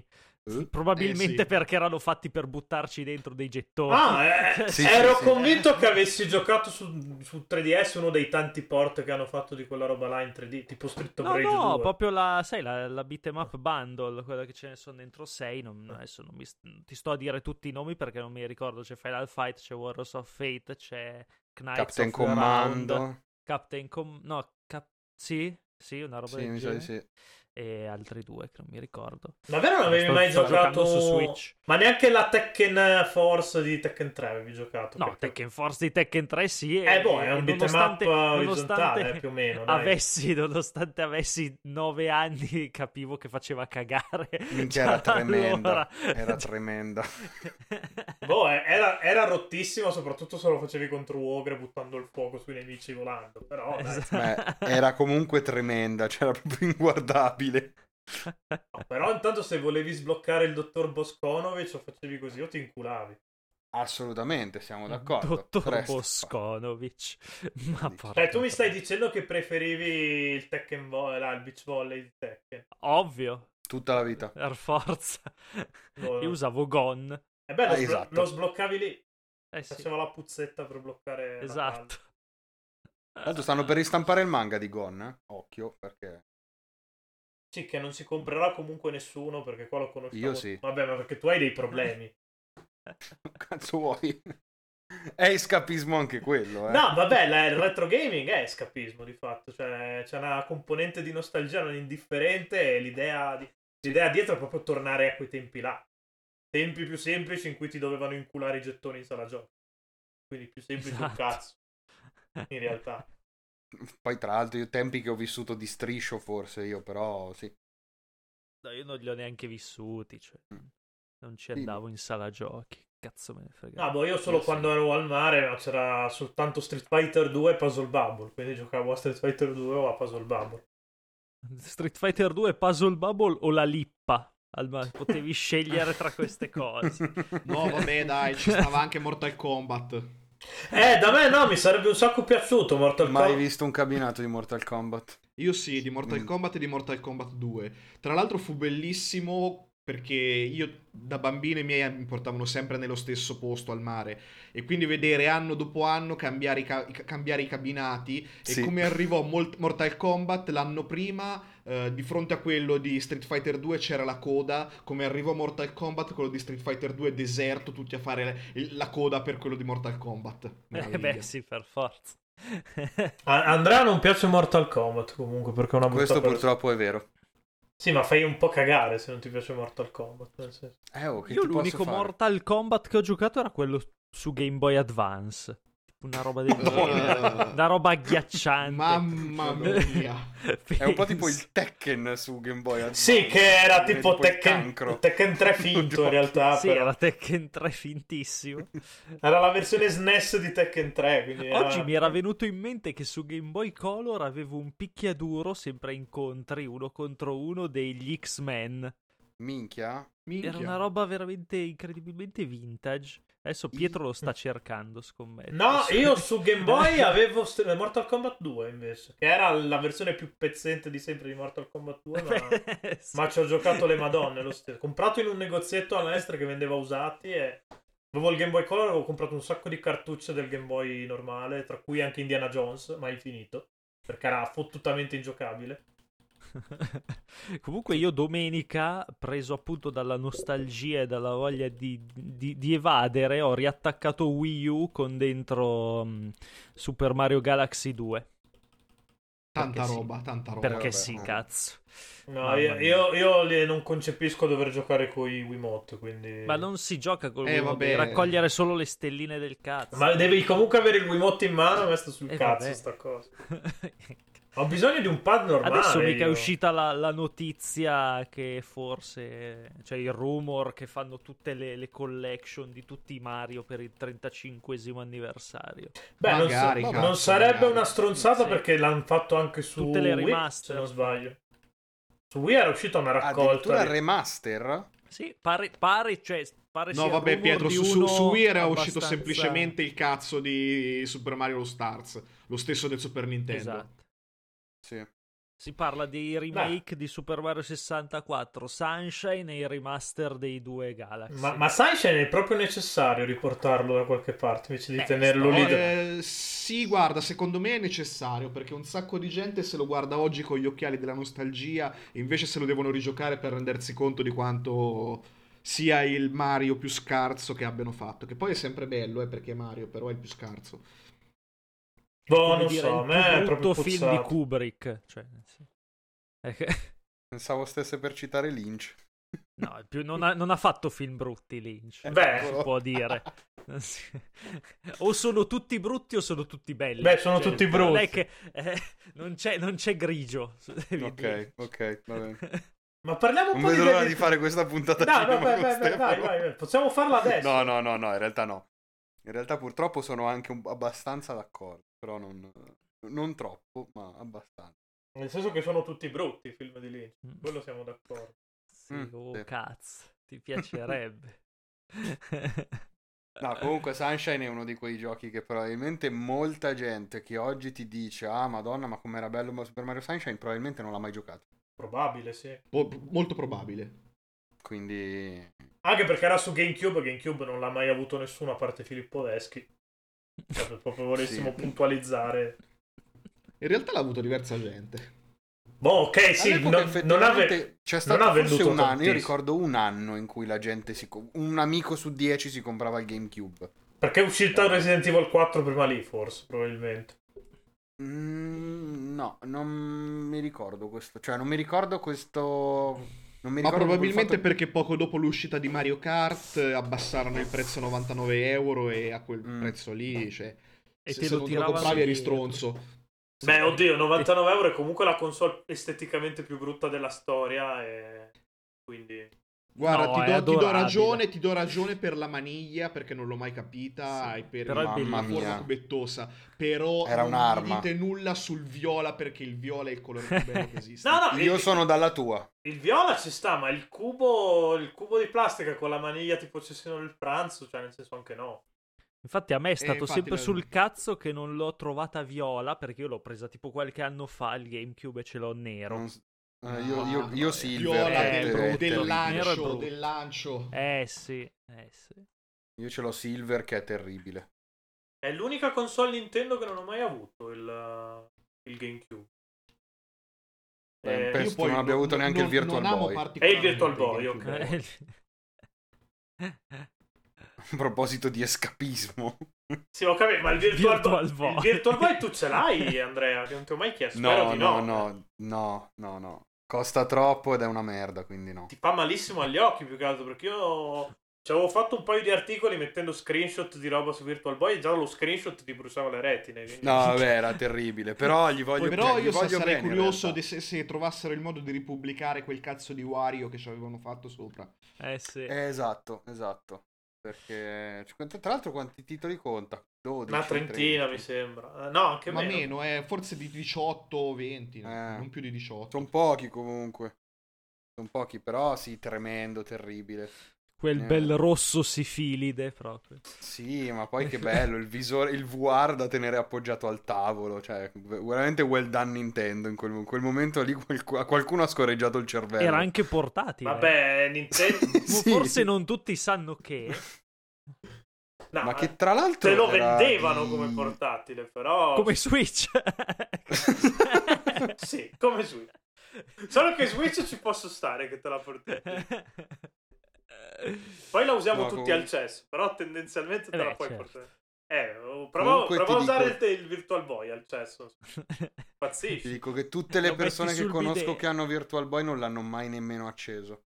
Speaker 3: Eh?
Speaker 2: Probabilmente
Speaker 4: Eh, sì.
Speaker 2: perché erano fatti per buttarci dentro dei gettoni.
Speaker 1: Ah, eh,
Speaker 3: Sì,
Speaker 1: ero
Speaker 3: sì, sì.
Speaker 1: convinto che avessi giocato su, su 3DS uno dei tanti port che hanno fatto di quella roba là in 3D, tipo Street of
Speaker 2: No,
Speaker 1: Rage
Speaker 2: no,
Speaker 1: 2.
Speaker 2: proprio la, sai, la, la beat'em up bundle, quella che ce ne sono dentro 6.
Speaker 1: Eh.
Speaker 2: adesso non mi s- ti sto a dire tutti i nomi perché non mi ricordo. C'è Final Fight, c'è Warriors of Fate, c'è Knights
Speaker 3: Captain
Speaker 2: of the Round,
Speaker 3: Commando.
Speaker 2: Captain Com- No, Cap- sì, sì, una roba
Speaker 3: Sì,
Speaker 2: del
Speaker 3: mi sa di
Speaker 2: genere.
Speaker 3: sì.
Speaker 2: E altri due che non mi ricordo.
Speaker 1: Davvero non avevi
Speaker 2: Sto-
Speaker 1: mai
Speaker 2: sto
Speaker 1: giocato
Speaker 2: giocando su Switch.
Speaker 1: Ma neanche la Tekken Force di Tekken 3 avevi giocato.
Speaker 2: No,
Speaker 1: perché-
Speaker 2: Tekken Force di Tekken 3 sì.
Speaker 1: Eh,
Speaker 2: e-
Speaker 1: boh, è
Speaker 2: e
Speaker 1: un beat'em
Speaker 2: nonostante-
Speaker 1: up orizzontale,
Speaker 2: nonostante
Speaker 1: eh, più o meno, dai.
Speaker 2: Avessi, nonostante avessi 9 anni, capivo che faceva cagare.
Speaker 3: Minchia,
Speaker 2: Già
Speaker 3: era tremenda,
Speaker 2: Cioè, allora. cioè
Speaker 3: era tremenda.
Speaker 1: Boh, eh, era, era rottissima, soprattutto se lo facevi contro Ogre buttando il fuoco sui nemici volando. Però, dai,
Speaker 2: Esatto.
Speaker 3: Beh, era comunque tremenda, cioè era proprio inguardabile.
Speaker 1: no, però intanto se volevi sbloccare il dottor Bosconovic o facevi così o ti inculavi.
Speaker 3: Assolutamente, siamo d'accordo.
Speaker 2: Dottor
Speaker 3: Resta.
Speaker 2: Bosconovic. Ma
Speaker 3: Cioè,
Speaker 2: porca
Speaker 1: Cioè, tu mi stai
Speaker 2: tro-
Speaker 1: dicendo che preferivi il Tekken vo- là, il beach volley di Tekken.
Speaker 2: Ovvio,
Speaker 3: Tutta la vita.
Speaker 2: per forza.
Speaker 1: No,
Speaker 2: Io
Speaker 1: no.
Speaker 2: usavo Gon.
Speaker 1: E beh, lo,
Speaker 3: Ah,
Speaker 1: sblo-
Speaker 3: esatto.
Speaker 1: lo sbloccavi lì.
Speaker 2: Eh sì,
Speaker 1: Faceva la puzzetta per bloccare. la
Speaker 2: esatto.
Speaker 3: Tanto stanno per ristampare il manga di Gon, eh? occhio, perché
Speaker 1: palla. Sì, che non si comprerà comunque nessuno perché qua lo conosciamo.
Speaker 3: Io sì.
Speaker 1: Vabbè, ma perché tu hai dei problemi.
Speaker 3: cazzo vuoi? È escapismo anche quello, eh.
Speaker 1: No, vabbè, la- il retro gaming è escapismo di fatto. Cioè, c'è una componente di nostalgia non indifferente e l'idea, di- l'idea dietro è proprio tornare a quei tempi là. tempi più semplici in cui ti dovevano inculare i gettoni in sala giochi. Quindi più semplice un
Speaker 2: Esatto.
Speaker 1: cazzo, in realtà.
Speaker 3: Poi tra l'altro io tempi che ho vissuto di striscio forse io, però sì.
Speaker 2: No, io non li ho neanche vissuti, cioè.
Speaker 3: Mm.
Speaker 2: Non ci
Speaker 3: Sì.
Speaker 2: andavo in sala giochi. Cazzo me ne frega.
Speaker 1: No, boh, io solo
Speaker 3: Sì, sì.
Speaker 1: quando ero al mare ma c'era soltanto Street Fighter 2 e Puzzle Bubble, quindi giocavo a Street Fighter 2 o a Puzzle Bubble.
Speaker 2: Street Fighter 2, Puzzle Bubble o la lippa? Al ma- potevi scegliere tra queste cose.
Speaker 4: No, vabbè, dai, ci stava anche Mortal Kombat.
Speaker 1: Eh, da me no, mi sarebbe un sacco piaciuto Mortal
Speaker 3: Mai
Speaker 1: Kombat.
Speaker 3: visto un cabinato di Mortal Kombat.
Speaker 4: Io sì, di Mortal
Speaker 3: Mm.
Speaker 4: Kombat e di Mortal Kombat 2. Tra l'altro fu bellissimo perché io da bambino i miei mi portavano sempre nello stesso posto al mare e quindi vedere anno dopo anno cambiare i, ca- i ca- cambiare i cabinati
Speaker 3: Sì.
Speaker 4: e come arrivò Mol- Mortal Kombat l'anno prima eh, di fronte a quello di Street Fighter 2 c'era la coda, come arrivò Mortal Kombat quello di Street Fighter 2 è deserto, tutti a fare il- la coda per quello di Mortal Kombat.
Speaker 2: Eh,
Speaker 4: Meraviglia.
Speaker 2: beh, sì, per forza.
Speaker 1: A- Andrea non piace Mortal Kombat comunque perché è una brutta
Speaker 3: Questo
Speaker 1: persona.
Speaker 3: purtroppo è vero.
Speaker 1: Sì, ma fai un po' cagare se non ti piace Mortal Kombat. nel senso.
Speaker 3: Eh, oh, che
Speaker 2: Io
Speaker 3: ti posso
Speaker 2: l'unico
Speaker 3: fare?
Speaker 2: Mortal Kombat che ho giocato era quello su Game Boy Advance. Tipo Una roba del genere. Una roba agghiacciante.
Speaker 4: Eh. Mamma mia.
Speaker 3: È un po' tipo il Tekken su Game Boy Advance.
Speaker 1: Sì, che era
Speaker 3: È
Speaker 1: tipo,
Speaker 3: il
Speaker 1: Tekken,
Speaker 3: cancro.
Speaker 1: Tekken 3
Speaker 3: Non
Speaker 1: finto
Speaker 3: giochi.
Speaker 1: in realtà.
Speaker 2: Sì,
Speaker 1: però.
Speaker 2: era Tekken 3 fintissimo.
Speaker 1: Era la versione SNES di Tekken 3. Quindi era-
Speaker 2: Oggi mi era venuto in mente che su Game Boy Color avevo un picchiaduro, sempre a incontri, uno contro uno, degli X-Men.
Speaker 3: Minchia.
Speaker 2: Era
Speaker 4: Minchia.
Speaker 2: una roba veramente incredibilmente vintage. Adesso Pietro lo sta cercando, scommetto.
Speaker 1: No,
Speaker 2: Su-
Speaker 1: io su Game Boy avevo st- Mortal Kombat 2 invece, che era la versione più pezzente di sempre di Mortal Kombat 2, ma,
Speaker 2: Sì.
Speaker 1: ma ci ho giocato le madonne lo stesso. Comprato in un negozietto a Est che vendeva usati e avevo il Game Boy Color, avevo comprato un sacco di cartucce del Game Boy normale, tra cui anche Indiana Jones, mai finito, perché era fottutamente ingiocabile.
Speaker 2: Comunque io domenica, preso appunto dalla nostalgia e dalla voglia di, di- di evadere, ho riattaccato Wii U con dentro mm, Super Mario Galaxy 2.
Speaker 4: Tanta
Speaker 2: Perché sì.
Speaker 4: roba, tanta roba.
Speaker 2: Perché
Speaker 3: vabbè,
Speaker 2: sì,
Speaker 3: no.
Speaker 2: cazzo.
Speaker 1: No,
Speaker 2: Mamma
Speaker 1: io,
Speaker 2: mia.
Speaker 1: io, io le- non concepisco dover giocare con i Wiimote, quindi...
Speaker 2: Ma non si gioca col
Speaker 4: Eh,
Speaker 2: Wii U,
Speaker 4: vabbè.
Speaker 2: devi raccogliere solo le stelline del cazzo.
Speaker 1: Ma devi comunque avere il Wiimote in mano, a me sta sul
Speaker 2: Eh,
Speaker 1: cazzo
Speaker 2: vabbè.
Speaker 1: sta cosa. Ho bisogno di un pad normale.
Speaker 2: Adesso mica è
Speaker 1: io.
Speaker 2: uscita la, la notizia che forse, cioè il rumor che fanno tutte le, le collection di tutti i Mario per il 35 anniversario.
Speaker 1: Beh, non, sa-
Speaker 4: Magari,
Speaker 1: non
Speaker 4: cazzo,
Speaker 1: sarebbe
Speaker 4: magari.
Speaker 1: una stronzata
Speaker 2: Sì.
Speaker 1: perché l'hanno fatto anche su
Speaker 2: Tutte le
Speaker 1: Wii, se
Speaker 2: remaster.
Speaker 1: non sbaglio. Su Wii era uscita una
Speaker 3: Addirittura
Speaker 1: raccolta. di-
Speaker 3: remaster?
Speaker 2: Sì, pare, pare, cioè, pare
Speaker 4: No,
Speaker 2: sia
Speaker 4: vabbè,
Speaker 2: il rumor
Speaker 4: Pietro,
Speaker 2: di
Speaker 4: su, su,
Speaker 2: uno
Speaker 4: su Wii era uscito
Speaker 2: abbastanza-
Speaker 4: semplicemente il cazzo di Super Mario Stars, lo stesso del Super Nintendo.
Speaker 2: Esatto.
Speaker 3: Sì.
Speaker 2: Si parla dei remake di Super Mario 64, Sunshine e i remaster dei due Galaxy.
Speaker 1: Ma, ma Sunshine è proprio necessario riportarlo da qualche parte invece di
Speaker 2: Eh,
Speaker 1: tenerlo
Speaker 2: sto-
Speaker 1: lì.
Speaker 4: Eh, sì, guarda, secondo me è necessario perché un sacco di gente se lo guarda oggi con gli occhiali della nostalgia e invece se lo devono rigiocare per rendersi conto di quanto sia il Mario più scarso che abbiano fatto, che poi è sempre bello, eh, perché è Mario, però è il più scarso.
Speaker 1: boh,
Speaker 2: Come
Speaker 1: non
Speaker 2: dire,
Speaker 1: so, a
Speaker 2: il
Speaker 1: me è
Speaker 2: più
Speaker 1: proprio
Speaker 2: brutto film di
Speaker 1: puzzato.
Speaker 2: Kubrick. Cioè, sì. È che-
Speaker 3: Pensavo stesse per citare Lynch.
Speaker 2: No, il più- non, ha, non ha fatto film brutti Lynch.
Speaker 3: Eh,
Speaker 1: Beh.
Speaker 2: si può dire. Non si- o sono tutti brutti o sono tutti belli. Cioè,
Speaker 1: Beh, sono tutti
Speaker 2: Non,
Speaker 1: brutti.
Speaker 2: è che, eh, non, c'è, non c'è grigio. su- devi
Speaker 3: Ok,
Speaker 2: dire.
Speaker 3: ok, va bene.
Speaker 1: Ma parliamo un
Speaker 3: Non
Speaker 1: po' di
Speaker 3: vedo l'ora
Speaker 1: David...
Speaker 3: di fare questa puntata
Speaker 1: No, no,
Speaker 3: cinema
Speaker 1: vai,
Speaker 3: con
Speaker 1: vai, vai,
Speaker 3: Stefano.
Speaker 1: vai, vai, vai. Possiamo farla adesso.
Speaker 3: No, no, no, no, in realtà no. In realtà purtroppo sono anche un- abbastanza d'accordo, però non, non troppo, ma abbastanza.
Speaker 1: Nel senso che sono tutti brutti i film di Lynch.
Speaker 2: Mm.
Speaker 1: Quello siamo d'accordo.
Speaker 2: Sì,
Speaker 3: Mm,
Speaker 2: oh,
Speaker 3: sì.
Speaker 2: cazzo, ti piacerebbe.
Speaker 3: No, comunque Sunshine è uno di quei giochi che probabilmente molta gente che oggi ti dice "Ah, Madonna, ma com'era bello Super Mario Sunshine", probabilmente non l'ha mai giocato.
Speaker 1: Probabile, sì.
Speaker 4: Po- molto probabile.
Speaker 3: Quindi
Speaker 1: Anche perché era su GameCube, GameCube non l'ha mai avuto nessuno a parte Filippo Veschi. Cioè, se proprio volessimo
Speaker 3: Sì.
Speaker 1: puntualizzare.
Speaker 4: In realtà l'ha avuto diversa gente.
Speaker 1: Boh, ok, sì,
Speaker 3: All'epoca
Speaker 1: non, non ave-
Speaker 3: effettivamente c'è stato
Speaker 1: non ha
Speaker 3: forse
Speaker 1: venduto
Speaker 3: un anno, io
Speaker 1: tantissimo.
Speaker 3: ricordo un anno in cui la gente si co- un amico su dieci si comprava il GameCube.
Speaker 1: perché è uscita Resident Evil 4 prima lì, forse, probabilmente.
Speaker 3: Mm, no, non mi ricordo questo, cioè non mi ricordo questo Non mi
Speaker 4: Ma
Speaker 3: ricordo
Speaker 4: probabilmente
Speaker 3: quel
Speaker 4: perché poco dopo l'uscita di Mario Kart eh, abbassarono il prezzo a 99 euro e a quel
Speaker 3: Mm.
Speaker 4: prezzo lì, cioè,
Speaker 2: E
Speaker 4: se,
Speaker 2: te
Speaker 4: se
Speaker 2: lo
Speaker 4: non te lo
Speaker 2: tiravano
Speaker 4: compravi eri
Speaker 2: dietro.
Speaker 4: stronzo.
Speaker 1: Beh, oddio, 99 euro è comunque la console esteticamente più brutta della storia. E... Quindi.
Speaker 4: Guarda,
Speaker 2: No,
Speaker 4: ti,
Speaker 2: è
Speaker 4: do, ti do
Speaker 2: adorabile.
Speaker 4: ragione, ti do ragione per la maniglia, perché non l'ho mai capita,
Speaker 2: Sì,
Speaker 4: e per
Speaker 2: però è
Speaker 4: la
Speaker 2: bellissimo.
Speaker 4: la forma
Speaker 3: Mamma mia.
Speaker 4: cubettosa, però
Speaker 3: Era
Speaker 4: non mi
Speaker 3: un'arma.
Speaker 4: dite nulla sul viola, perché il viola è il colore più bello che esiste.
Speaker 1: No, no,
Speaker 3: fatto- Io
Speaker 1: il,
Speaker 3: sono dalla tua.
Speaker 1: il viola ci sta, ma il cubo, il cubo di plastica con la maniglia tipo cestino del pranzo, cioè nel senso anche no.
Speaker 2: Infatti a me è stato
Speaker 4: infatti
Speaker 2: sempre
Speaker 4: la-
Speaker 2: sul cazzo che non l'ho trovata viola perché io l'ho presa tipo qualche anno fa il GameCube e ce l'ho nero.
Speaker 3: Non s- eh, io, io, io
Speaker 2: Mamma
Speaker 3: Silver.
Speaker 4: Viola
Speaker 2: è
Speaker 4: del,
Speaker 2: brutto,
Speaker 3: eh,
Speaker 4: del
Speaker 3: terribile.
Speaker 2: Nero è
Speaker 4: lancio,
Speaker 2: brutto.
Speaker 4: del lancio.
Speaker 2: Eh sì, eh sì.
Speaker 3: Io ce l'ho Silver che è terribile.
Speaker 1: È l'unica console Nintendo che non ho mai avuto, il, il GamCube.
Speaker 3: Beh,
Speaker 1: Eh,
Speaker 3: penso- che non abbia avuto neanche il Virtual
Speaker 4: non amo
Speaker 3: Boy.
Speaker 4: particolarmente
Speaker 1: E il Virtual Boy,
Speaker 4: GameCube.
Speaker 1: ok.
Speaker 3: A proposito di escapismo.
Speaker 1: Sì, ho capito, ma il Virtual,
Speaker 2: Virtual Boy.
Speaker 1: Boy. Il Virtual Boy tu ce l'hai, Andrea, che non ti ho mai chiesto. Spero
Speaker 3: No,
Speaker 1: di
Speaker 3: no, no, no, no, no. Costa troppo ed è una merda, quindi no.
Speaker 1: Ti fa malissimo agli occhi più che altro, perché io ci avevo fatto un paio di articoli mettendo screenshot di roba su Virtual Boy e già lo screenshot ti bruciava le retine. quindi-
Speaker 3: No, vabbè, era terribile. Però gli voglio
Speaker 4: Però
Speaker 3: cioè, gli
Speaker 4: io sa-
Speaker 3: voglio
Speaker 4: sarei
Speaker 3: bene, in
Speaker 4: curioso
Speaker 3: realtà.
Speaker 4: di se, se trovassero il modo di ripubblicare quel cazzo di Wario che ci avevano fatto sopra.
Speaker 2: Eh sì.
Speaker 3: Eh, esatto, esatto. Perché cioè, tra l'altro quanti titoli conta? 12,
Speaker 1: Una trentina
Speaker 3: 13.
Speaker 1: mi sembra. Eh, No, anche
Speaker 4: Ma
Speaker 1: meno.
Speaker 4: meno, eh, forse di 18 o 20, no?
Speaker 3: Eh.
Speaker 4: non più di 18.
Speaker 3: Sono pochi comunque. Sono pochi, però sì, tremendo, terribile.
Speaker 2: Quel
Speaker 3: eh.
Speaker 2: bel rosso sifilide proprio.
Speaker 3: Sì, ma poi che bello, il visore, il VR da tenere appoggiato al tavolo, cioè v- veramente well done Nintendo in quel, in quel momento lì qualcu- a qualcuno ha scoreggiato il cervello.
Speaker 2: Era anche portatile.
Speaker 1: Vabbè, Nintendo...
Speaker 2: Mo-
Speaker 3: Sì.
Speaker 2: Forse non tutti sanno che.
Speaker 1: No,
Speaker 3: Ma che tra l'altro
Speaker 1: te lo
Speaker 3: era
Speaker 1: vendevano
Speaker 3: di-
Speaker 1: come portatile, però...
Speaker 2: Come Switch.
Speaker 1: Sì, come Switch. Solo che Switch ci posso stare che te la porti. Poi la usiamo
Speaker 3: No,
Speaker 1: tutti
Speaker 3: comunque-
Speaker 1: al cesso, però tendenzialmente te
Speaker 2: Eh
Speaker 1: la
Speaker 2: beh,
Speaker 1: puoi
Speaker 2: certo.
Speaker 1: portare. Eh, oh, prova,
Speaker 3: Comunque
Speaker 1: prova a
Speaker 3: ti dico-
Speaker 1: usare il, te- il Virtual Boy al cesso.
Speaker 3: Ti
Speaker 1: Pazzisci.
Speaker 3: dico che tutte le
Speaker 2: Lo metti
Speaker 3: persone che
Speaker 2: sul
Speaker 3: conosco
Speaker 2: bidet.
Speaker 3: che hanno Virtual Boy non l'hanno mai nemmeno acceso.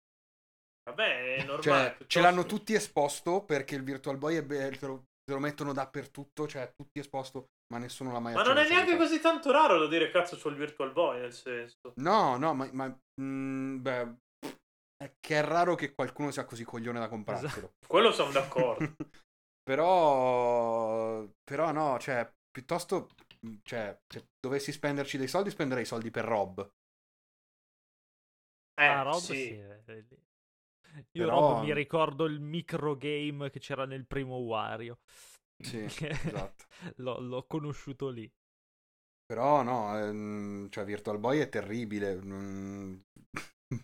Speaker 1: Vabbè, è normale.
Speaker 3: Cioè, ce
Speaker 1: piuttosto.
Speaker 3: l'hanno tutti esposto perché il Virtual Boy è be- te, lo, te lo mettono dappertutto, cioè tutti esposto, ma nessuno l'ha mai
Speaker 1: Ma
Speaker 3: acceso.
Speaker 1: non è neanche
Speaker 3: solitamente.
Speaker 1: così tanto raro da dire cazzo c'ho il Virtual Boy, nel senso.
Speaker 3: No, no, ma, ma, mm, beh, è che è raro che qualcuno sia così coglione da comprarselo.
Speaker 1: Quello sono Esatto, d'accordo.
Speaker 3: però, però no, cioè, piuttosto, cioè, se dovessi spenderci dei soldi, spenderei i soldi per Rob.
Speaker 1: Eh,
Speaker 2: Ah, Rob,
Speaker 1: sì.
Speaker 2: sì, eh, eh, lì. Io
Speaker 3: Però-
Speaker 2: Rob mi ricordo il microgame che c'era nel primo Wario.
Speaker 3: Sì, esatto.
Speaker 2: l'ho, l'ho conosciuto lì.
Speaker 3: Però no, ehm, cioè, Virtual Boy è terribile. mm,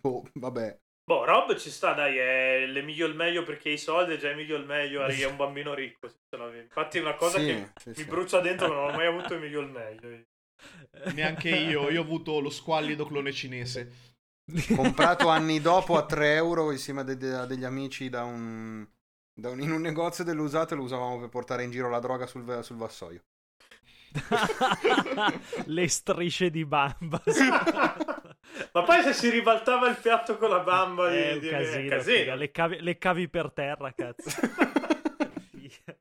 Speaker 3: boh, vabbè.
Speaker 1: Boh, Rob ci sta, dai, è le meglio il meglio perché i soldi, è già è meglio il meglio, è un bambino ricco. se ce l'avevi. Infatti è una cosa
Speaker 3: Sì,
Speaker 1: che
Speaker 3: sì,
Speaker 1: mi
Speaker 3: sì.
Speaker 1: brucia dentro, non ho mai avuto il meglio il meglio.
Speaker 4: Neanche io, io ho avuto lo squallido clone cinese.
Speaker 3: Comprato anni dopo a 3 euro insieme a, de- de- a degli amici da un, da un- in un negozio dell'usato e lo usavamo per portare in giro la droga sul, va- sul vassoio.
Speaker 2: Le strisce di bamba.
Speaker 1: Ma poi se si ribaltava il piatto con la bamba di,
Speaker 2: è un
Speaker 1: di-
Speaker 2: casino,
Speaker 1: eh,
Speaker 2: figa, le, cavi, le cavi per terra, cazzo. Figa.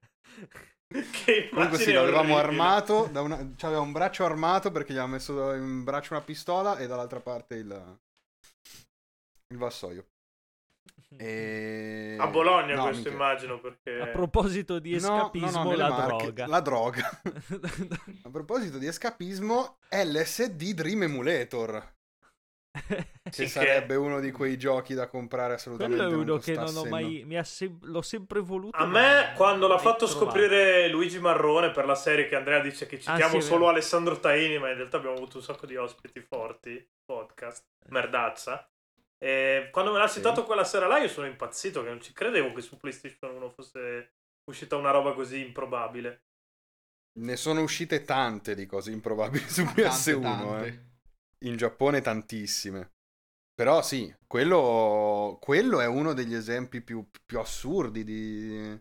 Speaker 1: Che
Speaker 3: Comunque sì,
Speaker 1: immagine
Speaker 3: l'avevamo
Speaker 1: orribile.
Speaker 3: armato, da una- c'aveva un braccio armato perché gli aveva messo in braccio una pistola e dall'altra parte il, il vassoio. E...
Speaker 1: A Bologna
Speaker 3: No,
Speaker 1: questo
Speaker 3: minchia.
Speaker 1: immagino perché...
Speaker 2: A proposito di
Speaker 3: No, no, no,
Speaker 2: escapismo,
Speaker 3: nelle
Speaker 2: la
Speaker 3: Marche.
Speaker 2: droga.
Speaker 3: La droga. A proposito di escapismo, LSD Dream Emulator, che
Speaker 1: Sì, che-
Speaker 3: sarebbe uno di quei giochi da comprare assolutamente
Speaker 2: Quello è uno che non
Speaker 3: costasse,
Speaker 2: ho mai. Mi ha sem- l'ho sempre voluto.
Speaker 1: A
Speaker 2: ma
Speaker 1: me
Speaker 2: non
Speaker 1: quando l'ha
Speaker 2: l'ho mai
Speaker 1: fatto
Speaker 2: trovato.
Speaker 1: scoprire Luigi Marrone per la serie che Andrea dice che
Speaker 2: Ah,
Speaker 1: citiamo
Speaker 2: sì, è
Speaker 1: solo
Speaker 2: vero.
Speaker 1: Alessandro Taini, ma in realtà abbiamo avuto un sacco di ospiti forti, podcast, merdazza. E quando me l'ha citato quella sera là io sono impazzito, che non ci credevo che su PlayStation 1 fosse uscita una roba così improbabile.
Speaker 3: Ne sono uscite tante di cose improbabili su
Speaker 4: Tante,
Speaker 3: PS1,
Speaker 4: tante.
Speaker 3: eh. in Giappone tantissime. Però sì, quello, quello è uno degli esempi più, più assurdi di,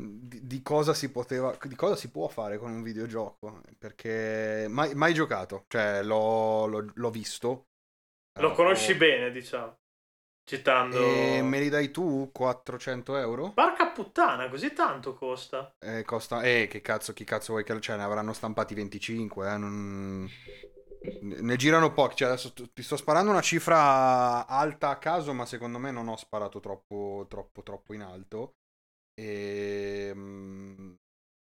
Speaker 3: di, di cosa si poteva, di cosa si può fare con un videogioco. Perché mai, mai giocato, cioè l'ho, l'ho- l'ho visto.
Speaker 1: Lo
Speaker 3: Eh,
Speaker 1: conosci
Speaker 3: ho-
Speaker 1: bene, diciamo. Citando...
Speaker 3: E me li dai tu 400 euro?
Speaker 1: Porca puttana, così tanto costa.
Speaker 3: Eh, costa... eh che cazzo, chi cazzo vuoi che... Cioè, ne avranno stampati 25, eh, non... Ne girano pochi, cioè adesso t- ti sto sparando una cifra alta a caso, ma secondo me non ho sparato troppo, troppo, troppo in alto. E... mm,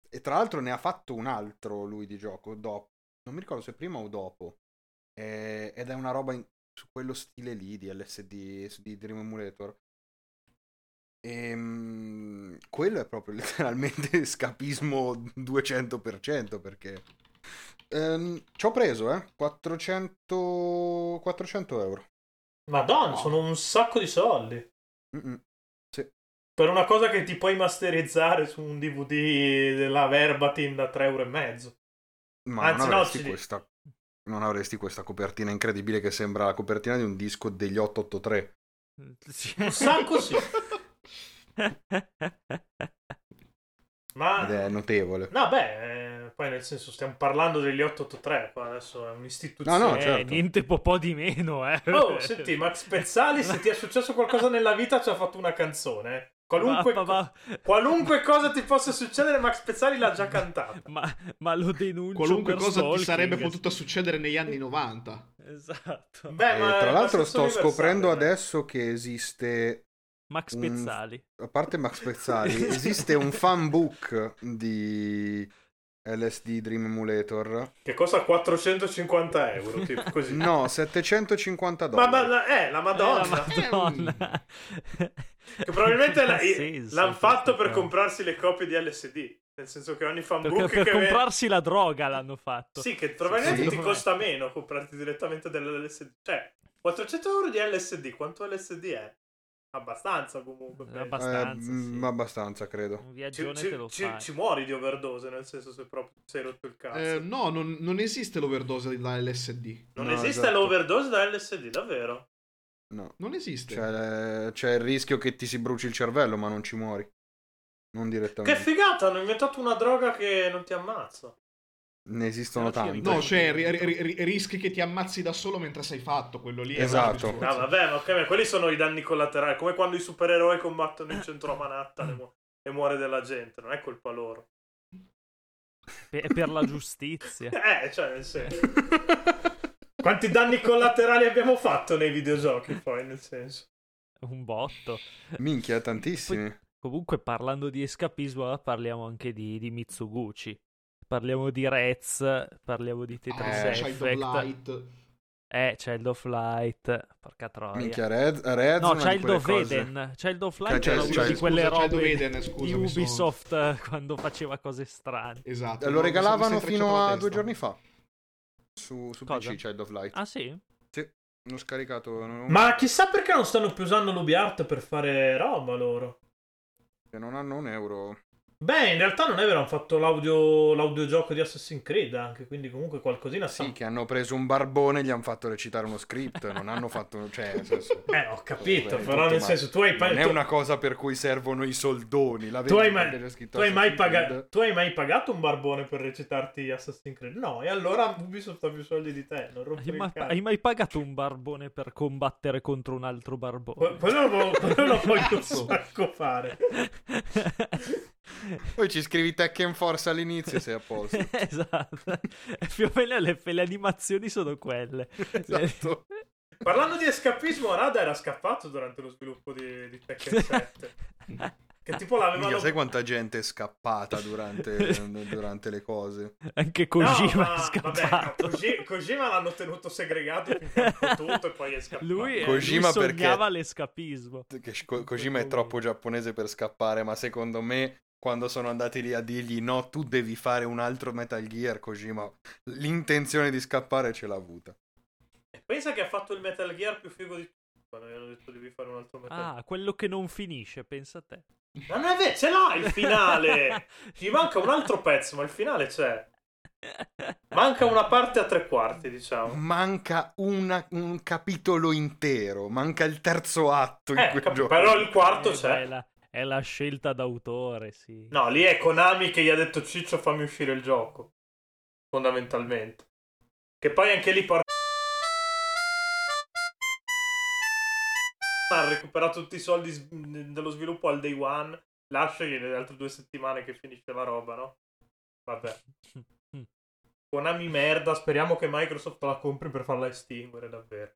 Speaker 3: e tra l'altro ne ha fatto un altro lui di gioco, dopo. Non mi ricordo se prima o dopo. Eh, ed è una roba in- su quello stile lì di LSD, s- di Dream Emulator. E, mm, quello è proprio letteralmente scapismo 200% perché... Ehm, ci ho preso, eh, 400, 400 euro.
Speaker 1: Madonna,
Speaker 3: No.
Speaker 1: sono un sacco di soldi.
Speaker 3: Mm-mm.
Speaker 1: Per una cosa che ti puoi masterizzare su un DVD della Verbatim da 3,5 euro. e mezzo.
Speaker 3: Ma
Speaker 1: Anzi,
Speaker 3: non
Speaker 1: no,
Speaker 3: avresti
Speaker 1: ci-
Speaker 3: questa... Non avresti questa copertina incredibile che sembra la copertina di un disco degli 883.
Speaker 2: Sì. Eh,
Speaker 1: Un sacco sì. Ma...
Speaker 3: Ed è notevole.
Speaker 1: No, beh, eh, poi nel senso stiamo parlando degli 883, qua adesso è un'istituzione.
Speaker 3: No, no,
Speaker 2: Eh,
Speaker 3: certo.
Speaker 2: niente po', po' di meno, eh.
Speaker 1: Oh, senti, Max Pezzali, se ti è successo qualcosa nella vita, ci ha fatto una canzone. eh. Qualunque,
Speaker 2: Ma- ma-
Speaker 1: qualunque cosa ti possa succedere, Max Pezzali l'ha già cantata.
Speaker 2: ma, ma lo denuncio
Speaker 4: Qualunque
Speaker 2: per
Speaker 4: cosa ti
Speaker 2: stalking.
Speaker 4: sarebbe potuta succedere negli anni 90.
Speaker 2: Esatto.
Speaker 1: Beh,
Speaker 3: Eh,
Speaker 1: ma è
Speaker 3: tra l'altro
Speaker 1: abbastanza
Speaker 3: sto scoprendo
Speaker 1: universale, eh.
Speaker 3: adesso che esiste,
Speaker 2: Max
Speaker 3: Mm.
Speaker 2: Pezzali.
Speaker 3: a parte Max Pezzali, esiste un fanbook di LSD Dream Emulator.
Speaker 1: dai. Che costa 450 euro, tipo così.
Speaker 3: No, 750
Speaker 1: Ma,
Speaker 3: dollari.
Speaker 1: ma la- eh, la Madonna.
Speaker 2: Eh, la Madonna.
Speaker 1: Che probabilmente la-
Speaker 2: Ha senso
Speaker 1: l'hanno fatto per
Speaker 2: questa cosa.
Speaker 1: comprarsi le copie di LSD. Nel senso che ogni fanbook
Speaker 2: Perché- per
Speaker 1: che ve-
Speaker 2: comprarsi la droga l'hanno fatto.
Speaker 1: Sì, che probabilmente
Speaker 3: Sì.
Speaker 1: ti costa meno comprarti direttamente dell'LSD. Cioè, 400 euro di LSD, quanto LSD è? Abbastanza comunque. penso.
Speaker 2: Abbast-
Speaker 3: Eh,
Speaker 2: abbastanza,
Speaker 3: mm,
Speaker 2: sì. Mm.
Speaker 3: abbastanza, credo.
Speaker 2: Un
Speaker 1: ci,
Speaker 2: viaggione
Speaker 1: ci-
Speaker 2: te lo
Speaker 1: ci-
Speaker 2: fai.
Speaker 1: ci muori di overdose, nel senso se proprio ti sei rotto il cazzo.
Speaker 4: Eh, no, non, non esiste l'overdose da LSD.
Speaker 1: non
Speaker 3: no,
Speaker 1: esiste
Speaker 3: esatto.
Speaker 1: l'overdose da LSD, davvero.
Speaker 3: No.
Speaker 4: Non esiste.
Speaker 3: Cioè, C'è, c'è il rischio che ti si bruci il cervello, ma non ci muori. Non
Speaker 1: Che
Speaker 3: direttamente.
Speaker 1: figata, hanno inventato una droga che non ti ammazza.
Speaker 3: ne esistono
Speaker 2: Però ci
Speaker 3: tante.
Speaker 2: ritorno.
Speaker 4: No, cioè, ri- ri- ri- rischi che ti ammazzi da solo mentre sei fatto, quello lì. è un altro
Speaker 3: Esatto.
Speaker 1: No,
Speaker 4: discorso.
Speaker 1: Ah, vabbè, ma ok, ma quelli sono i danni collaterali. Come quando i supereroi combattono in centro a Manhattan e, mu- e muore della gente, non è colpa loro.
Speaker 2: Pe- per la giustizia.
Speaker 1: Eh, cioè, nel senso. Quanti danni collaterali abbiamo fatto nei videogiochi, poi, nel senso.
Speaker 2: Un botto.
Speaker 3: Minchia, tantissimi.
Speaker 2: Comunque, parlando di escapismo, ora parliamo anche di, di Mitsuguchi. Parliamo di Rez, parliamo di Tetris
Speaker 4: Ah,
Speaker 3: Eh,
Speaker 4: Child of
Speaker 2: Effect.
Speaker 4: Light.
Speaker 2: Eh, Child of Light. Porca troia.
Speaker 3: Minchia, Red, Red
Speaker 2: No,
Speaker 3: una di
Speaker 2: Child
Speaker 3: quelle
Speaker 2: of
Speaker 3: cose.
Speaker 2: Eden. Child of Light
Speaker 3: Cioè,
Speaker 2: era
Speaker 3: scusa,
Speaker 2: una di
Speaker 3: scusa,
Speaker 2: quelle
Speaker 4: Child of
Speaker 2: robe
Speaker 4: Eden, scusa,
Speaker 2: di
Speaker 4: mi sono-
Speaker 2: Ubisoft eh, quando faceva cose strane.
Speaker 3: Lo
Speaker 4: Esatto. no, mi sono-
Speaker 3: regalavano
Speaker 4: mi sono
Speaker 3: fino
Speaker 4: intrecciato la
Speaker 3: a
Speaker 4: testa.
Speaker 3: due giorni fa. Su, su
Speaker 2: Cosa?
Speaker 3: PC Child of Light.
Speaker 2: Ah sì?
Speaker 3: L'ho scaricato. non-
Speaker 1: Ma chissà perché non stanno più usando l'UbiArt per fare roba loro.
Speaker 3: che non hanno un euro.
Speaker 1: Beh, in realtà non è vero, hanno fatto l'audio, l'audiogioco di Assassin's Creed anche, quindi comunque qualcosina
Speaker 3: Sì,
Speaker 1: stanno...
Speaker 3: che hanno preso un barbone e gli hanno fatto recitare uno script. Non hanno fatto. Cioè, nel senso-
Speaker 1: Eh, ho capito,
Speaker 3: Vabbè,
Speaker 1: però
Speaker 3: tutto,
Speaker 1: nel
Speaker 3: ma
Speaker 1: senso, tu hai... pa-
Speaker 3: Non è
Speaker 1: tu-
Speaker 3: una cosa per cui servono i soldoni. La
Speaker 1: Tu hai,
Speaker 3: vendita
Speaker 1: mai,
Speaker 3: che c'è scritto
Speaker 1: tu hai mai
Speaker 3: Assassin's
Speaker 1: paga-
Speaker 3: Creed.
Speaker 1: tu hai mai pagato un barbone per recitarti Assassin's Creed? No, e allora Ubisoft ha più soldi di te, non rompere
Speaker 2: Hai
Speaker 1: il
Speaker 2: mai,
Speaker 1: cazzo.
Speaker 2: hai mai pagato un barbone per combattere contro un altro
Speaker 1: Que-
Speaker 2: barbone?
Speaker 1: Quello lo, quello lo voglio un
Speaker 4: Cazzo.
Speaker 1: sacco fare.
Speaker 3: Poi ci scrivi Tekken Force all'inizio e sei a posto.
Speaker 2: esatto. Più o meno le, le animazioni sono quelle.
Speaker 3: Esatto.
Speaker 1: Parlando di escapismo, Rada era scappato durante lo sviluppo di, di Tekken 7. Che tipo l'avevano...
Speaker 3: Minchia, sai quanta gente è scappata durante, durante le cose?
Speaker 2: Anche
Speaker 1: No,
Speaker 2: Kojima
Speaker 1: ma-
Speaker 2: è
Speaker 1: vabbè,
Speaker 2: scappato.
Speaker 1: no, Koji- Kojima l'hanno tenuto segregato finché ha fatto tutto e poi è scappato.
Speaker 2: Lui, eh,
Speaker 3: Kojima
Speaker 2: lui
Speaker 3: perché-
Speaker 2: sognava l'escapismo.
Speaker 3: Che Ko- Kojima è troppo giapponese per scappare, ma secondo me quando sono andati lì a dirgli no, tu devi fare un altro Metal Gear, Kojima, l'intenzione di scappare ce l'ha avuta.
Speaker 1: Pensa che ha fatto il Metal Gear più figo di tutti. Quando gli hanno detto devi fare un altro Metal Gear.
Speaker 2: Ah, quello che non finisce, pensa a te.
Speaker 1: Ma non è vero, ce l'ha il finale! Gli manca un altro pezzo, ma il finale c'è. Manca una parte a tre quarti, diciamo.
Speaker 3: Manca una- un capitolo intero, manca il terzo atto in
Speaker 1: Eh,
Speaker 3: quel
Speaker 1: cap-
Speaker 3: gioco.
Speaker 1: però il quarto
Speaker 2: Eh, beh,
Speaker 1: c'è.
Speaker 2: È la, è la scelta d'autore, sì.
Speaker 1: No, lì è Konami che gli ha detto Ciccio fammi uscire il gioco. Fondamentalmente. Che poi anche lì porca... ha recuperato tutti i soldi s- dello sviluppo al day one, lasciagli le altre due settimane che finisce la roba, no? Vabbè. Konami merda, speriamo che Microsoft la compri per farla estinguere davvero.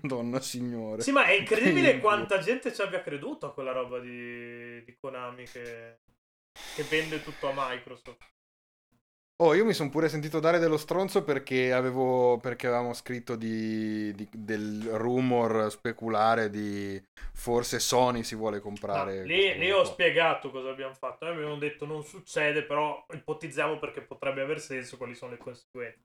Speaker 3: Donna signore.
Speaker 1: Sì, ma è incredibile
Speaker 3: Sì.
Speaker 1: quanta gente ci abbia creduto a quella roba di, di Konami che... che vende tutto a Microsoft.
Speaker 3: Oh, io mi sono pure sentito dare dello stronzo perché avevo, perché avevamo scritto di, di- del rumor speculare di forse Sony si vuole
Speaker 1: No,
Speaker 3: comprare.
Speaker 1: lì,
Speaker 3: questo
Speaker 1: lì
Speaker 3: gioco
Speaker 1: ho
Speaker 3: qua.
Speaker 1: spiegato cosa abbiamo fatto. Noi abbiamo detto non succede, però ipotizziamo perché potrebbe aver senso quali sono le conseguenze.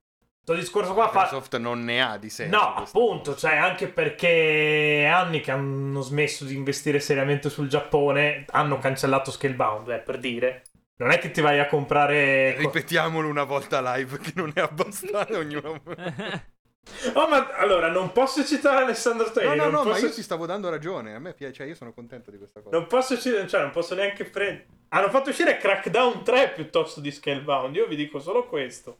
Speaker 1: Questo discorso qua fa,
Speaker 3: Microsoft non ne ha di senso.
Speaker 1: No,
Speaker 3: questa
Speaker 1: appunto,
Speaker 3: cosa.
Speaker 1: cioè anche perché è anni che hanno smesso di investire seriamente sul Giappone, hanno cancellato Scalebound, eh, per dire. Non è che ti vai a comprare...
Speaker 3: Ripetiamolo una volta live che non è abbastanza ognuno.
Speaker 1: Eh, Oh, ma allora, non posso citare Alessandro
Speaker 3: No,
Speaker 1: Steli.
Speaker 3: no,
Speaker 1: non
Speaker 3: no, ma
Speaker 1: posso-
Speaker 3: io ti stavo dando ragione. A me piace, cioè, io sono contento di questa cosa.
Speaker 1: Non posso uscire, cioè, non posso neanche prendere. Hanno fatto uscire Crackdown 3 piuttosto di Scalebound. Io vi dico solo questo.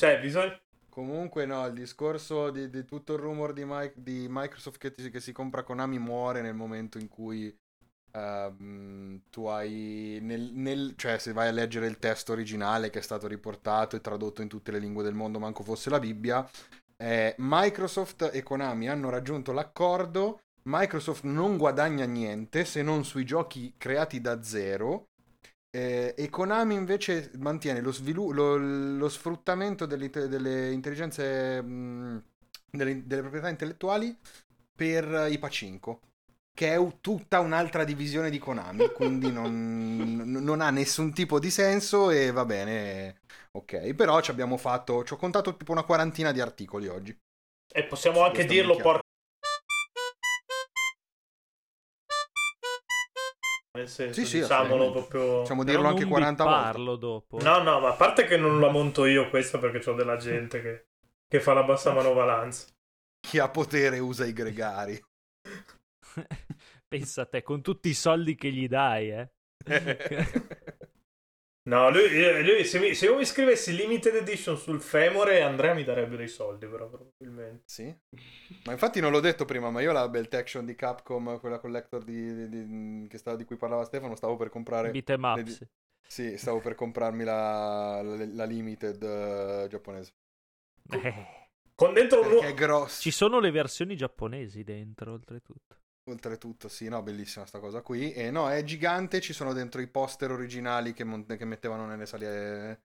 Speaker 1: Cioè, bisogna.
Speaker 3: Comunque, no, il discorso di, di tutto il rumor di, Mi- di Microsoft che, ti- che si compra Konami muore nel momento in cui ehm, tu hai. nel- nel- cioè, se vai a leggere il testo originale che è stato riportato e tradotto in tutte le lingue del mondo, manco fosse la Bibbia. eh, Microsoft e Konami hanno raggiunto l'accordo. Microsoft non guadagna niente se non sui giochi creati da zero. Eh, e Konami invece mantiene lo, svilu- lo, lo sfruttamento delle, delle intelligenze, mh, delle, delle proprietà intellettuali per eh, i Pacinco, che è u- tutta un'altra divisione di Konami, quindi non, n- non ha nessun tipo di senso e va bene, ok. Però ci abbiamo fatto, ci ho contato tipo una quarantina di articoli oggi.
Speaker 1: E possiamo
Speaker 3: Sì,
Speaker 1: anche
Speaker 3: questa
Speaker 1: dirlo,
Speaker 3: minchiata.
Speaker 1: porca. Nel senso,
Speaker 3: Sì, sì,
Speaker 1: diciamolo
Speaker 3: assolutamente.
Speaker 1: proprio.
Speaker 3: Possiamo
Speaker 2: Però
Speaker 3: dirlo anche
Speaker 2: non
Speaker 3: 40 volte.
Speaker 2: parlo dopo.
Speaker 1: No, no, ma a parte che non la monto io questa perché c'ho della gente che, che fa la bassa manovalanza.
Speaker 3: Chi ha potere usa i gregari.
Speaker 2: Pensa a te, con tutti i soldi che gli dai, eh.
Speaker 1: No, lui, eh, lui- se, mi- se io mi scrivessi Limited Edition sul Femore, Andrea mi darebbe dei soldi, però, probabilmente.
Speaker 3: Sì. Ma infatti non l'ho detto prima, ma io la Belt Action di Capcom, quella collector di, di- di- che stava- di cui parlava Stefano, stavo per comprare...
Speaker 2: Beat 'em up, sì.
Speaker 3: Sì, stavo per comprarmi la, la- la limited eh, giapponese.
Speaker 2: Eh,
Speaker 1: Con dentro un
Speaker 3: Perché è
Speaker 1: nuovo.
Speaker 3: grossa.
Speaker 2: ci sono le versioni giapponesi dentro, oltretutto.
Speaker 3: Oltretutto, sì, no, bellissima sta cosa qui. E no, è gigante, ci sono dentro i poster originali che, mon- che mettevano nelle sale,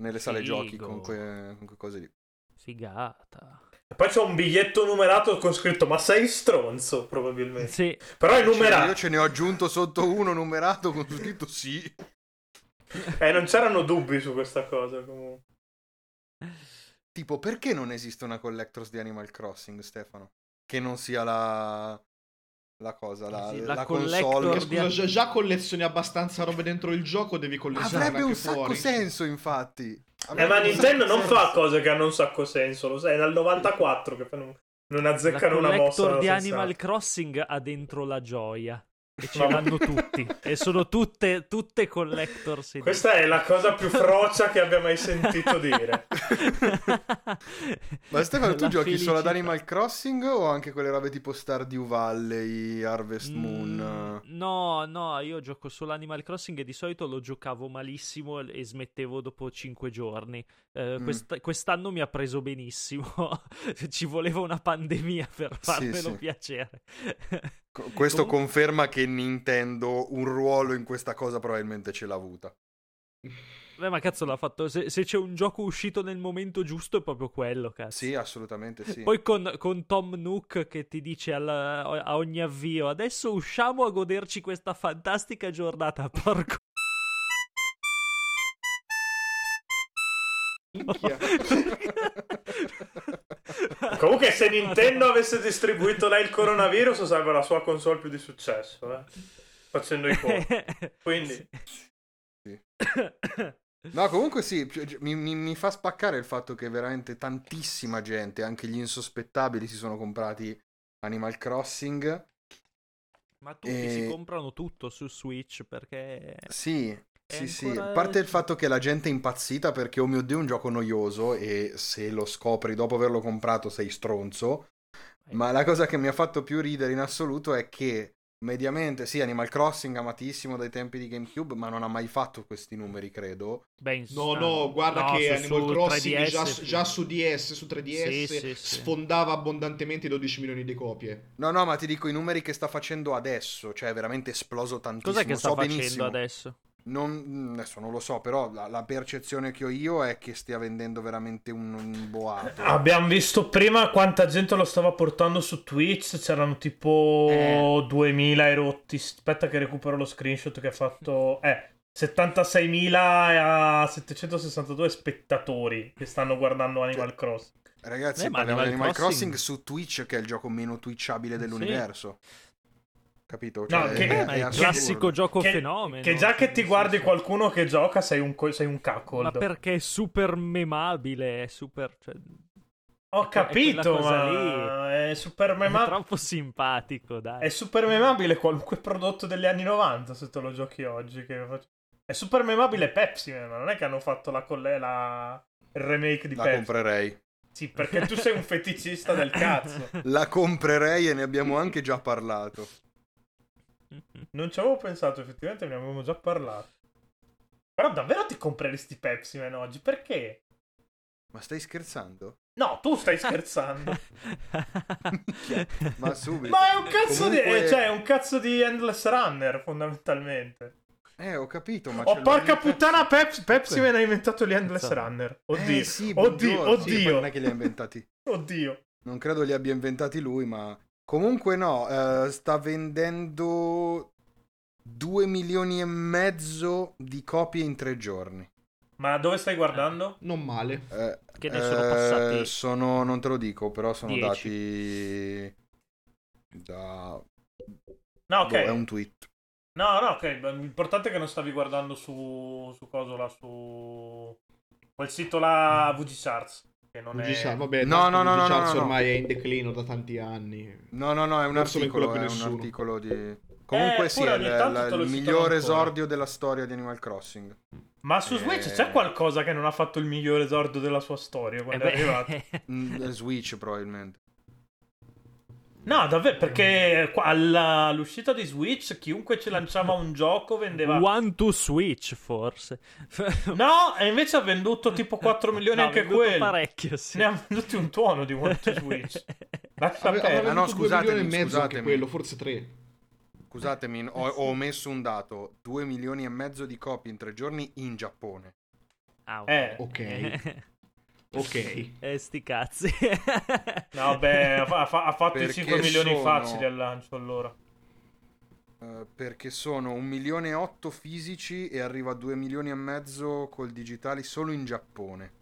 Speaker 3: nelle sale
Speaker 2: Figo.
Speaker 3: giochi con, que- con que cose lì.
Speaker 2: Figata.
Speaker 1: Poi c'è un biglietto numerato con scritto Ma sei stronzo, probabilmente.
Speaker 2: Sì,
Speaker 1: Però è
Speaker 3: Cioè, io
Speaker 1: numerato.
Speaker 3: ce ne ho aggiunto sotto uno numerato con su scritto sì.
Speaker 1: Eh, non c'erano dubbi su questa cosa, comunque.
Speaker 3: Tipo, perché non esiste una collectors di Animal Crossing, Stefano? Che non sia la, la cosa, la,
Speaker 2: Sì,
Speaker 3: la
Speaker 2: la
Speaker 3: console.
Speaker 4: Perché,
Speaker 2: collector
Speaker 3: che-
Speaker 2: di-
Speaker 4: scusa, già, già collezioni abbastanza robe dentro il gioco, devi collezionare
Speaker 3: Avrebbe
Speaker 4: anche
Speaker 3: un sacco
Speaker 4: fuori.
Speaker 3: senso, infatti.
Speaker 1: Eh, ma
Speaker 3: Avrebbe un
Speaker 1: Nintendo
Speaker 3: sacco
Speaker 1: non
Speaker 3: senso.
Speaker 1: fa cose che hanno un sacco senso, lo sai, è dal 94 che poi non, non
Speaker 2: la
Speaker 1: azzeccano una mossa.
Speaker 2: collector di
Speaker 1: sensata.
Speaker 2: Animal Crossing ha dentro la gioia. E ce
Speaker 1: Ma-
Speaker 2: l'hanno tutti. E sono tutte, tutte collectors. edition.
Speaker 1: Questa è la cosa più frocia che abbia mai sentito dire.
Speaker 3: Ma Stefano, tu
Speaker 2: La
Speaker 3: giochi solo ad
Speaker 2: felicità.
Speaker 3: Animal Crossing o anche quelle robe tipo Stardew Valley, Harvest
Speaker 2: Mm,
Speaker 3: Moon?
Speaker 2: no, no, io gioco solo Animal Crossing e di solito lo giocavo malissimo e e smettevo dopo 5 giorni. Eh,
Speaker 3: Mm.
Speaker 2: quest- quest'anno mi ha preso benissimo. Ci voleva una pandemia per farmelo
Speaker 3: sì.
Speaker 2: piacere.
Speaker 3: Co- Questo
Speaker 2: Comunque-
Speaker 3: conferma che Nintendo un ruolo in questa cosa probabilmente ce l'ha avuta.
Speaker 2: Beh, ma cazzo l'ha fatto. Se, se c'è un gioco uscito nel momento giusto è proprio quello, cazzo.
Speaker 3: Sì, assolutamente sì.
Speaker 2: Poi con, con Tom Nook che ti dice alla- a ogni avvio: Adesso usciamo a goderci questa fantastica giornata. Porco.
Speaker 4: Minchia.
Speaker 1: Comunque, se Nintendo avesse distribuito lei il coronavirus, sarebbe la sua console più di successo, eh? facendo i conti.
Speaker 2: Eh,
Speaker 1: Quindi-
Speaker 3: Sì. No, comunque sì, più- gi- mi, mi- mi fa spaccare il fatto che veramente tantissima gente, anche gli insospettabili, si sono comprati Animal Crossing.
Speaker 2: Ma tutti
Speaker 3: E-
Speaker 2: si comprano tutto su Switch perché.
Speaker 3: Sì,
Speaker 2: È
Speaker 3: sì, sì.
Speaker 2: ancora-
Speaker 3: A parte il fatto che la gente è impazzita perché, oh mio Dio, è un gioco noioso e se lo scopri dopo averlo comprato sei stronzo. Ma la cosa che mi ha fatto più ridere in assoluto è che mediamente, sì, Animal Crossing amatissimo dai tempi di GameCube, ma non ha mai fatto questi numeri, credo.
Speaker 2: Beh, ins-
Speaker 4: No,
Speaker 2: ah,
Speaker 4: no, guarda
Speaker 2: no,
Speaker 4: che
Speaker 2: su-
Speaker 4: Animal
Speaker 2: su
Speaker 4: Crossing
Speaker 2: 3DS,
Speaker 4: già,
Speaker 2: sì.
Speaker 4: già su DS, su 3DS,
Speaker 2: Sì, sì, sì.
Speaker 4: sfondava abbondantemente i 12 milioni di copie.
Speaker 3: No, no, ma ti dico i numeri che sta facendo adesso, cioè è veramente esploso tantissimo.
Speaker 2: Cos'è che sta
Speaker 3: so
Speaker 2: facendo
Speaker 3: benissimo.
Speaker 2: adesso?
Speaker 3: Non, mm, adesso non lo so, però la, la percezione che ho io è che stia vendendo veramente un, un boato.
Speaker 1: Abbiamo visto prima quanta gente lo stava portando su Twitch, c'erano tipo
Speaker 2: Eh.
Speaker 1: 2000 e rotti. Aspetta che recupero lo screenshot che ha fatto. Eh, 76.762 spettatori che stanno guardando
Speaker 2: Cioè,
Speaker 1: Animal Crossing.
Speaker 3: Ragazzi,
Speaker 2: Eh, ma
Speaker 3: parliamo di
Speaker 2: Animal
Speaker 3: Animal Crossing...
Speaker 2: Crossing
Speaker 3: su Twitch, che è il gioco meno twitchabile dell'universo. Capito?
Speaker 1: No,
Speaker 3: Cioè,
Speaker 4: Eh,
Speaker 1: che-
Speaker 2: Beh,
Speaker 3: è-
Speaker 2: ma
Speaker 3: è
Speaker 2: è il
Speaker 3: assurdo.
Speaker 2: classico gioco
Speaker 1: Che-
Speaker 2: fenomeno.
Speaker 1: Che già
Speaker 2: cioè,
Speaker 1: che ti
Speaker 2: nel
Speaker 1: guardi
Speaker 2: senso-
Speaker 1: qualcuno che gioca sei un, co- sei un
Speaker 2: Ma
Speaker 1: cuckold.
Speaker 2: perché è super memabile, è super... cioè,
Speaker 1: Ho
Speaker 2: que- è quella
Speaker 1: capito,
Speaker 2: cosa
Speaker 1: ma è super
Speaker 2: è
Speaker 1: memabile.
Speaker 2: troppo simpatico, dai.
Speaker 1: È super memabile qualunque prodotto degli anni 90 se te lo giochi oggi. Che fac- È super memabile Pepsi, eh, ma non è che hanno fatto la colle- la- il remake di
Speaker 3: La
Speaker 1: Pepsi.
Speaker 3: comprerei.
Speaker 1: Sì, perché tu sei un feticista del cazzo.
Speaker 3: La comprerei e ne abbiamo anche già parlato.
Speaker 1: Non ci avevo pensato, effettivamente ne avevamo già parlato. Però davvero ti compreresti Pepsi Man oggi? Perché?
Speaker 3: Ma stai scherzando?
Speaker 1: No, tu stai scherzando.
Speaker 3: Ma subito.
Speaker 1: Ma è un cazzo di.
Speaker 3: Comunque-
Speaker 1: eh, Cioè, è un cazzo di Endless Runner, fondamentalmente.
Speaker 3: Eh, ho capito, ma c'è
Speaker 1: Oh,
Speaker 3: la-
Speaker 1: porca puttana, Pepsi, Pepsi Man ha inventato gli Endless
Speaker 2: Cazzo.
Speaker 1: Runner.
Speaker 3: Eh,
Speaker 1: Oddio,
Speaker 3: sì,
Speaker 1: oddio,
Speaker 3: buongiorno. Sì, poi
Speaker 1: oddio,
Speaker 3: non è che li ha inventati.
Speaker 1: oddio.
Speaker 3: Non credo li abbia inventati lui, ma comunque no, eh, sta vendendo 2 milioni e mezzo di copie in tre giorni.
Speaker 1: Ma dove stai guardando?
Speaker 4: Non male.
Speaker 3: Eh,
Speaker 2: Che ne sono
Speaker 3: eh,
Speaker 2: passati?
Speaker 3: sono- non te lo dico, però sono
Speaker 2: Dieci.
Speaker 3: dati da
Speaker 1: No, ok.
Speaker 3: boh, è un tweet.
Speaker 1: No, no, ok. beh, L'importante è che non stavi guardando su. su cosa là, su. quel sito là, VG Charts. Che non è.
Speaker 4: Luigi Sa- vabbè,
Speaker 3: No,
Speaker 4: tanto
Speaker 3: no, no,
Speaker 4: Luigi
Speaker 3: no,
Speaker 4: Charles
Speaker 3: no, no.
Speaker 4: ormai è in declino da tanti anni.
Speaker 3: No, no, no, è un
Speaker 4: Non sono in
Speaker 3: articolo, è
Speaker 4: quello che
Speaker 3: un
Speaker 4: nessuno.
Speaker 3: articolo di Comunque sì,
Speaker 1: Eh, pure
Speaker 3: è
Speaker 1: ogni
Speaker 3: l-
Speaker 1: tanto
Speaker 3: la-
Speaker 1: te lo
Speaker 3: il
Speaker 1: citano
Speaker 3: miglior
Speaker 1: ancora.
Speaker 3: esordio della storia di Animal Crossing.
Speaker 1: Ma su
Speaker 3: Eh.
Speaker 1: Switch c'è qualcosa che non ha fatto il migliore esordio della sua storia
Speaker 2: Eh
Speaker 1: quando è arrivato?
Speaker 2: beh,
Speaker 3: Mm, Switch probabilmente.
Speaker 1: No, davvero, perché qua alla- all'uscita di Switch chiunque ci lanciava un gioco vendeva
Speaker 2: One to Switch, forse.
Speaker 1: No, e invece ha venduto tipo 4 milioni
Speaker 2: No, ha
Speaker 1: anche
Speaker 2: venduto
Speaker 1: quello.
Speaker 2: parecchio, sì.
Speaker 1: Ne ha venduti un tuono di One to Switch. Lascia
Speaker 4: Ave-
Speaker 1: perdere.
Speaker 4: avrà
Speaker 3: Ah, no,
Speaker 4: venduto due
Speaker 3: scusatemi,
Speaker 4: milioni e mezzo anche
Speaker 3: scusatemi.
Speaker 4: quello, forse tre.
Speaker 2: Eh,
Speaker 3: Scusatemi, ho, ho omesso un dato, 2 milioni e mezzo di copie in tre giorni in Giappone.
Speaker 2: Ah,
Speaker 1: Eh,
Speaker 2: ok.
Speaker 4: ok. Ok.
Speaker 2: Eh, sti cazzi.
Speaker 1: No, beh, ha, fa- ha fa- ha fatto i
Speaker 3: Perché
Speaker 1: 5 milioni
Speaker 3: sono-
Speaker 1: facili al lancio allora.
Speaker 3: Eh, perché sono 1 milione e 8 fisici e arriva a 2 milioni e mezzo col digitali solo in Giappone.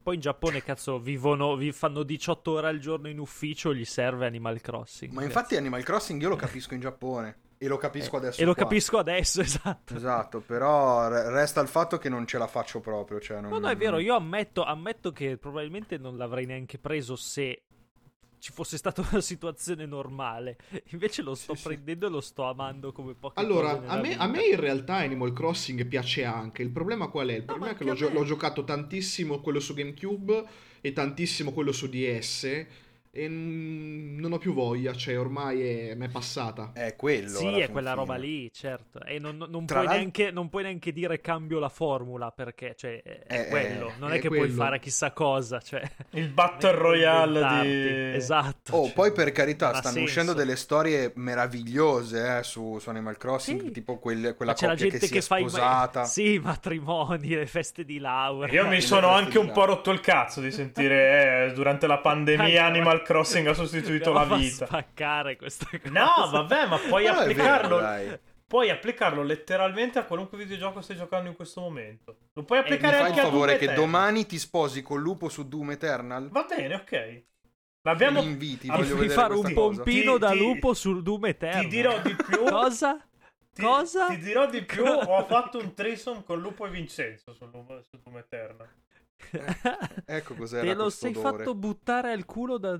Speaker 2: Poi in Giappone, cazzo, vivono, vi fanno 18 ore al giorno in ufficio, gli serve Animal Crossing. Eh,
Speaker 3: Ma infatti Animal Crossing io lo capisco in Giappone e lo capisco adesso.
Speaker 2: E lo
Speaker 3: qua.
Speaker 2: capisco adesso, esatto.
Speaker 3: Esatto, però re- resta il fatto che non ce la faccio proprio. Cioè non...
Speaker 2: No, no, è vero, io ammetto, ammetto che probabilmente non l'avrei neanche preso se ci fosse stata una situazione normale. Invece lo sto
Speaker 3: Sì, sì.
Speaker 2: prendendo e lo sto amando come poche
Speaker 4: Allora,
Speaker 2: cose
Speaker 4: a
Speaker 2: nella
Speaker 4: me,
Speaker 2: vita.
Speaker 4: a me in realtà Animal Crossing piace anche. Il problema qual è? Il
Speaker 2: Ah, ma
Speaker 4: problema è che
Speaker 2: anche
Speaker 4: l'ho,
Speaker 2: a
Speaker 4: gio-
Speaker 2: me.
Speaker 4: l'ho giocato tantissimo quello su GameCube e tantissimo quello su DS e mm, non ho più voglia, cioè ormai è, mi è passata.
Speaker 3: È quello.
Speaker 2: Sì,
Speaker 3: alla
Speaker 2: è
Speaker 3: fin
Speaker 2: quella
Speaker 3: fine.
Speaker 2: roba lì, certo. E non, non- non
Speaker 3: Tra
Speaker 2: puoi
Speaker 3: l'al-
Speaker 2: neanche, non puoi neanche dire cambio la formula perché cioè, è
Speaker 3: Eh,
Speaker 2: quello.
Speaker 3: eh,
Speaker 2: Non
Speaker 4: è
Speaker 2: è che puoi
Speaker 4: quello.
Speaker 2: fare chissà cosa. Cioè,
Speaker 1: Il Battle Royale di...
Speaker 2: Inventarti. Esatto.
Speaker 3: Oh,
Speaker 2: cioè,
Speaker 3: poi per carità,
Speaker 2: non ha
Speaker 3: stanno
Speaker 2: senso.
Speaker 3: uscendo delle storie meravigliose eh, su, su Animal Crossing,
Speaker 2: Sì.
Speaker 3: tipo quel-
Speaker 2: Ma
Speaker 3: quella
Speaker 2: c'è
Speaker 3: coppia
Speaker 2: la gente che,
Speaker 3: che si è
Speaker 2: fa i
Speaker 3: sposata.
Speaker 2: sì, i matrimoni, le feste di laurea.
Speaker 1: Io mi sono anche un po' rotto il cazzo di sentire eh, durante la
Speaker 2: Dai,
Speaker 1: pandemia Animal
Speaker 2: guarda.
Speaker 1: Crossing ha sostituito la
Speaker 2: Dobbiamo far
Speaker 1: vita.
Speaker 2: spaccare questa cosa.
Speaker 1: No, vabbè, ma puoi
Speaker 3: Però è vero,
Speaker 1: applicarlo.
Speaker 3: dai.
Speaker 1: puoi applicarlo letteralmente a qualunque videogioco stai giocando in questo momento. Lo puoi
Speaker 2: mi
Speaker 3: Eh, Mi
Speaker 1: applicare
Speaker 3: fai
Speaker 1: anche
Speaker 3: il
Speaker 1: a Doom
Speaker 3: favore che
Speaker 1: Eternal.
Speaker 3: domani ti sposi col lupo su Doom Eternal?
Speaker 1: Va bene, ok.
Speaker 3: Mi
Speaker 1: L'abbiamo
Speaker 3: inviti,
Speaker 1: Ah,
Speaker 2: Mi
Speaker 3: voglio
Speaker 2: fai
Speaker 3: vedere
Speaker 2: fare un
Speaker 3: questa cosa.
Speaker 2: pompino
Speaker 1: Ti-
Speaker 2: da
Speaker 1: ti-
Speaker 2: lupo sul Doom Eterno.
Speaker 1: ti dirò di più.
Speaker 2: Cosa?
Speaker 1: ti,
Speaker 2: Cosa?
Speaker 1: ti dirò di più, ho fatto un threesome con Lupo e Vincenzo su, Lu- su Doom Eternal.
Speaker 3: Ecco cos'era
Speaker 2: Te lo
Speaker 3: questo
Speaker 2: sei
Speaker 3: odore.
Speaker 2: fatto buttare al culo da,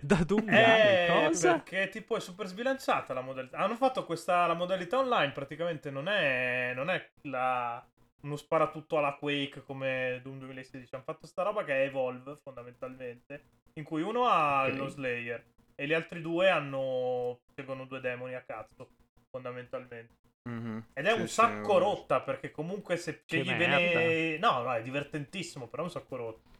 Speaker 2: da Doom
Speaker 1: Eh,
Speaker 2: Guy, Cosa?
Speaker 1: perché tipo è super sbilanciata la modalità. Hanno fatto questa la modalità online, praticamente non è non è la uno sparatutto alla Quake come Doom 2016. Hanno fatto sta roba che è Evolve fondamentalmente, in cui uno ha
Speaker 4: Ok.
Speaker 1: lo Slayer e gli altri due hanno seguono due demoni a cazzo fondamentalmente.
Speaker 3: Mhm.
Speaker 1: Ed è
Speaker 3: Sì,
Speaker 1: un
Speaker 3: sì,
Speaker 1: sacco
Speaker 3: vabbè.
Speaker 1: rotta perché comunque se
Speaker 2: Che
Speaker 1: scegli bene No, no, è divertentissimo, però è un sacco rotta.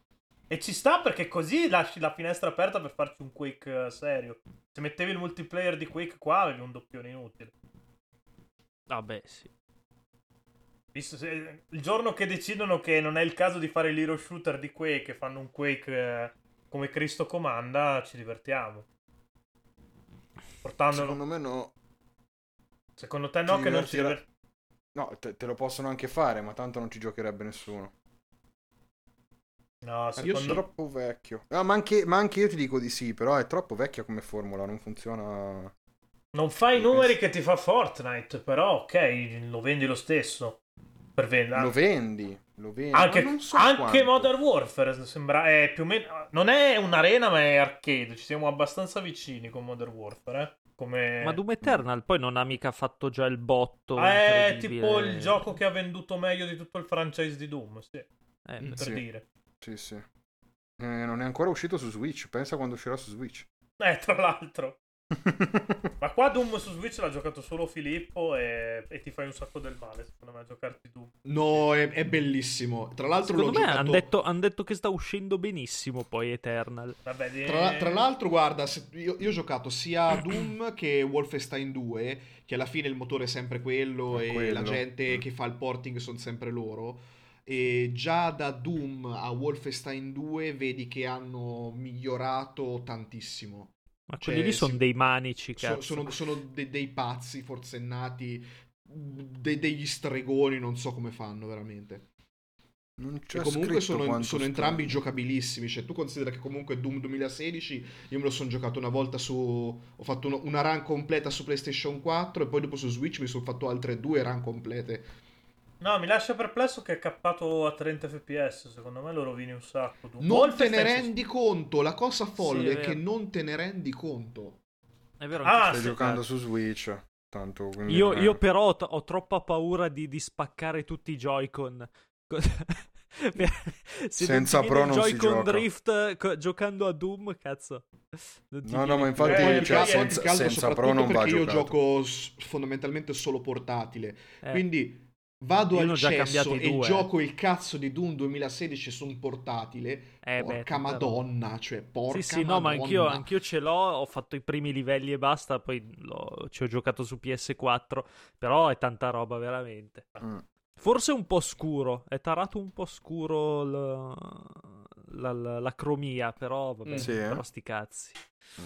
Speaker 1: E ci sta perché così lasci la finestra aperta per farci un Quake eh, serio. Se mettevi il multiplayer di Quake qua avevi un doppione inutile.
Speaker 2: Vabbè, sì.
Speaker 1: Visto se- eh, il giorno che decidono che non è il caso di fare l'hero shooter di Quake, e fanno un Quake eh, come Cristo comanda, ci divertiamo. Portandolo. Secondo,
Speaker 3: Secondo me no.
Speaker 1: te no
Speaker 3: ti
Speaker 1: che non ci
Speaker 3: divertirà-
Speaker 1: divertiamo?
Speaker 3: No, te, te lo possono anche fare, ma tanto non ci giocherebbe nessuno.
Speaker 1: No,
Speaker 3: È
Speaker 1: secondo
Speaker 4: sì.
Speaker 3: troppo vecchio. No, ma, anche, ma anche io ti dico di sì, però è troppo vecchia come formula, non funziona.
Speaker 1: Non fai i
Speaker 3: Io
Speaker 1: numeri
Speaker 3: penso-
Speaker 1: che ti fa Fortnite, però ok, lo vendi lo stesso. Per vendere.
Speaker 3: Lo vendi, lo vendi.
Speaker 1: anche
Speaker 3: Ma non so
Speaker 1: anche
Speaker 3: quanto.
Speaker 1: Modern Warfare sembra è più o meno non è un'arena ma è arcade, ci siamo abbastanza vicini con Modern Warfare, eh. come
Speaker 2: Ma Doom Eternal poi non ha mica fatto già il botto.
Speaker 1: Ah, è
Speaker 2: incredibile.
Speaker 1: tipo il gioco che ha venduto meglio di tutto il franchise di Doom, sì,
Speaker 2: Eh,
Speaker 4: Mm.
Speaker 1: per
Speaker 3: Sì.
Speaker 1: dire.
Speaker 3: Sì, sì. Eh, non è ancora uscito su Switch, pensa quando uscirà su Switch.
Speaker 1: Eh, tra l'altro. Ma qua Doom su Switch l'ha giocato solo Filippo e, e ti fai un sacco del male, secondo me, a giocarti Doom.
Speaker 4: No, è, è bellissimo. Tra l'altro l'ho
Speaker 2: Secondo me hanno
Speaker 4: giocato-
Speaker 2: detto, han detto che sta uscendo benissimo poi Eternal.
Speaker 1: Vabbè, eh, di-
Speaker 4: Tra, tra l'altro, guarda, se- io, io ho giocato sia a Doom che Wolfenstein 2, che alla fine il motore è sempre quello
Speaker 3: È
Speaker 4: e
Speaker 3: quello.
Speaker 4: la gente
Speaker 3: Mm.
Speaker 4: che fa il porting sono sempre loro. E già da Doom a Wolfenstein 2 vedi che hanno migliorato tantissimo.
Speaker 2: Ma
Speaker 4: Cioè,
Speaker 2: quelli
Speaker 3: Eh,
Speaker 2: lì sono
Speaker 4: sì.
Speaker 2: dei manici,
Speaker 4: So-
Speaker 3: Certo.
Speaker 2: cazzo.
Speaker 4: sono sono de- dei pazzi forsennati, de- degli stregoni, non so come fanno veramente.
Speaker 3: Non c'è
Speaker 4: E Cioè, comunque
Speaker 3: scritto
Speaker 4: sono,
Speaker 3: quanto
Speaker 4: sono
Speaker 3: sta.
Speaker 4: entrambi giocabilissimi. Cioè, tu considera che comunque Doom 2016 io me lo sono giocato una volta su. Ho fatto uno- una run completa su PlayStation 4 e poi dopo su Switch mi sono fatto altre due run complete.
Speaker 1: No, mi lascia perplesso che è cappato a 30 fps, secondo me lo rovini un sacco. Doom.
Speaker 4: Non te ne
Speaker 1: Wolfenstein-
Speaker 4: rendi conto. La cosa
Speaker 2: Sì,
Speaker 4: folle
Speaker 2: è
Speaker 4: è che
Speaker 2: vero.
Speaker 4: non te ne rendi conto.
Speaker 2: È vero,
Speaker 1: Ah,
Speaker 2: anche
Speaker 3: Stai
Speaker 2: sto
Speaker 3: giocando
Speaker 2: cazzo.
Speaker 3: su Switch, tanto quindi
Speaker 2: Io,
Speaker 3: non è-
Speaker 2: io però ho, t- ho troppa paura di, di spaccare tutti i Joy-Con. Co- Se
Speaker 3: Senza
Speaker 2: ti viene il
Speaker 3: Pro non si
Speaker 2: Joy-Con
Speaker 3: gioca.
Speaker 2: Drift co- giocando a Doom, cazzo. non ti
Speaker 3: No,
Speaker 2: viene
Speaker 3: no, ma
Speaker 2: più.
Speaker 3: infatti
Speaker 1: Eh,
Speaker 3: cioè,
Speaker 1: più che altro-
Speaker 3: senza,
Speaker 4: più che altro
Speaker 3: senza Pro
Speaker 4: soprattutto
Speaker 3: non va
Speaker 4: perché io
Speaker 3: giocato.
Speaker 4: gioco s- fondamentalmente solo portatile.
Speaker 2: Eh,
Speaker 4: Quindi vado
Speaker 2: Io ne ho
Speaker 4: al
Speaker 2: già
Speaker 4: cesso
Speaker 2: cambiati
Speaker 4: e
Speaker 2: due, eh.
Speaker 4: gioco il cazzo di Doom 2016 su un portatile.
Speaker 2: eh, beh, tanta
Speaker 4: porca
Speaker 2: roba.
Speaker 4: madonna, cioè
Speaker 2: Sì,
Speaker 4: porca
Speaker 2: sì, no, ma anch'io,
Speaker 4: madonna.
Speaker 2: anch'io ce l'ho, ho fatto i primi livelli e basta, poi l'ho- ci ho giocato su PS4, però è tanta roba veramente.
Speaker 3: Mm.
Speaker 2: Forse un po' scuro, è tarato un po' scuro l- la, la- la cromia, però vabbè,
Speaker 4: Mm.
Speaker 3: Sì, eh?
Speaker 2: però sti cazzi.
Speaker 3: Mm.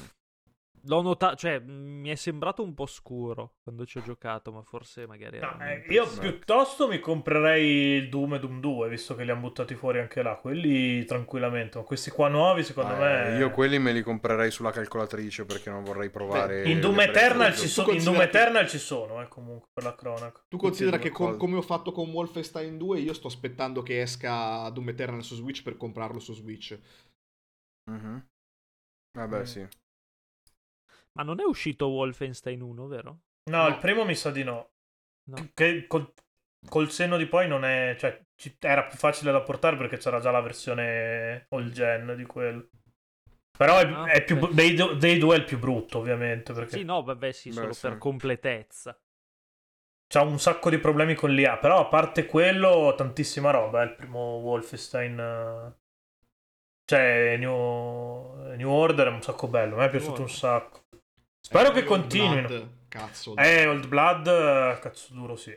Speaker 2: L'ho notato, cioè m- mi è sembrato un po' scuro quando ci ho giocato, ma forse magari... era
Speaker 1: No, eh, io
Speaker 2: un'impressione.
Speaker 1: piuttosto mi comprerei il Doom e Doom 2, visto che li hanno buttati fuori anche là, quelli tranquillamente, ma questi qua nuovi secondo
Speaker 3: Eh,
Speaker 1: me...
Speaker 3: Io quelli me li comprerei sulla calcolatrice perché non vorrei provare.
Speaker 1: In
Speaker 3: le
Speaker 1: Doom,
Speaker 3: prese
Speaker 1: Eternal
Speaker 3: del
Speaker 1: ci
Speaker 4: Tu
Speaker 1: so- in Doom
Speaker 4: considera che-
Speaker 1: Eternal ci sono, eh, comunque, per la cronaca.
Speaker 4: Tu considera che
Speaker 3: due
Speaker 4: com-
Speaker 3: cose.
Speaker 4: come ho fatto con Wolfenstein 2, io sto aspettando che esca Doom Eternal su Switch per comprarlo su Switch.
Speaker 3: gioco. Mhm. Vabbè,
Speaker 1: Mm.
Speaker 3: sì.
Speaker 2: Ma non è uscito Wolfenstein 1, vero?
Speaker 1: No,
Speaker 4: No.
Speaker 1: il primo mi sa di no.
Speaker 2: No.
Speaker 1: Che col, col senno di poi non è... Cioè, ci- era più facile da portare perché c'era già la versione all gen di quello. Però è,
Speaker 2: Ah,
Speaker 1: è più, bru-
Speaker 2: ok.
Speaker 1: dei, du- dei due è il più brutto, ovviamente, perché
Speaker 2: Sì, no, vabbè, sì,
Speaker 3: Beh,
Speaker 2: solo
Speaker 3: sì.
Speaker 2: per completezza.
Speaker 1: c'ha un sacco di problemi con l'IA. Però a parte quello, tantissima roba, è il primo Wolfenstein... eh. Cioè, New, New Order è un sacco bello, a me è piaciuto un
Speaker 2: Order.
Speaker 1: sacco. Spero
Speaker 4: Eh,
Speaker 1: che
Speaker 4: Iron
Speaker 1: continuino.
Speaker 4: Blood, Cazzo.
Speaker 1: Eh, Old Blood, eh, cazzo duro, sì.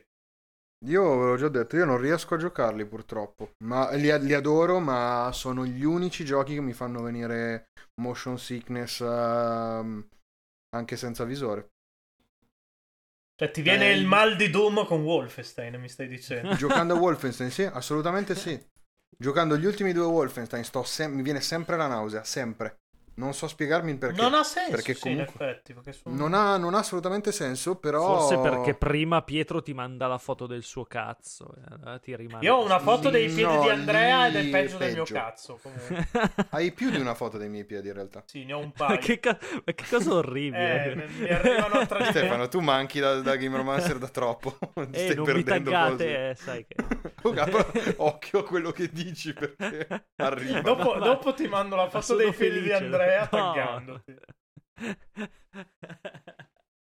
Speaker 3: Io ve l'ho già detto, io non riesco a giocarli purtroppo, ma li, li adoro, ma sono gli unici giochi che mi fanno venire motion sickness ehm, anche senza visore.
Speaker 1: Cioè, ti viene
Speaker 3: Eh,
Speaker 1: il mal di Doom con Wolfenstein, mi stai dicendo.
Speaker 3: Giocando a Wolfenstein, sì, assolutamente sì. Giocando gli ultimi due Wolfenstein sto sem- mi viene sempre la nausea, sempre. Non so spiegarmi il perché.
Speaker 1: non ha senso,
Speaker 3: perché
Speaker 1: sì, in
Speaker 3: comunque-
Speaker 1: effetti, perché sono-
Speaker 3: Non ha, non ha assolutamente senso, però...
Speaker 2: Forse perché prima Pietro ti manda la foto del suo cazzo. e allora ti rimane
Speaker 1: Io ho una foto dei
Speaker 3: No,
Speaker 1: piedi di Andrea ed è
Speaker 3: lì
Speaker 1: peggio
Speaker 3: è
Speaker 1: del mio
Speaker 3: peggio.
Speaker 1: cazzo, comunque.
Speaker 3: Hai più di una foto dei miei piedi in realtà.
Speaker 1: Sì, ne ho un
Speaker 2: Ma
Speaker 1: paio.
Speaker 2: che, ca- ma che cosa orribile.
Speaker 1: Eh, mi arrivano tre-
Speaker 3: Stefano, tu manchi da, da Game Romancer da troppo. Ti
Speaker 2: Eh, non mi taggate, eh, sai che...
Speaker 3: Oh, cavolo, occhio a quello che dici perché arriva.
Speaker 1: Dopo-
Speaker 2: Ma-
Speaker 1: dopo ti mando la foto
Speaker 2: sono
Speaker 1: dei figli di
Speaker 2: felice,
Speaker 1: Andrea
Speaker 2: no.
Speaker 1: taggandoti.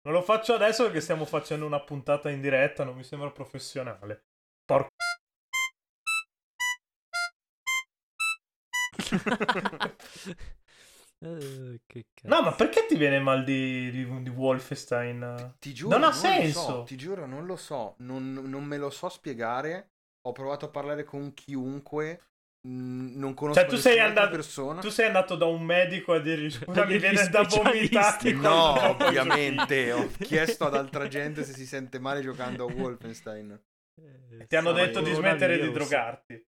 Speaker 1: Non lo faccio adesso perché stiamo facendo una puntata in diretta, non mi sembra professionale. Porco.
Speaker 2: Eh, che cazzo.
Speaker 1: No, ma perché ti viene mal di, di, di Wolfenstein?
Speaker 3: Ti giuro,
Speaker 1: Non ha
Speaker 3: lo
Speaker 1: senso.
Speaker 3: so, ti giuro, non lo so. Non, non me lo so spiegare. Ho provato a parlare con chiunque. mm, Non conosco
Speaker 1: Cioè, tu sei
Speaker 3: nessun'altra
Speaker 1: andato-
Speaker 3: persona.
Speaker 1: Tu sei andato da un medico a dirgli scusa, mi
Speaker 2: Degli
Speaker 1: viene da vomitare.
Speaker 2: specialisti.
Speaker 1: quando
Speaker 3: No,
Speaker 1: gioco ai
Speaker 3: ovviamente. Ho
Speaker 2: giochini.
Speaker 3: chiesto ad altra gente se si sente male giocando a Wolfenstein.
Speaker 2: Eh,
Speaker 1: giochini. Ti hanno
Speaker 3: Sono
Speaker 1: detto di
Speaker 3: coronavirus.
Speaker 1: smettere di drogarti.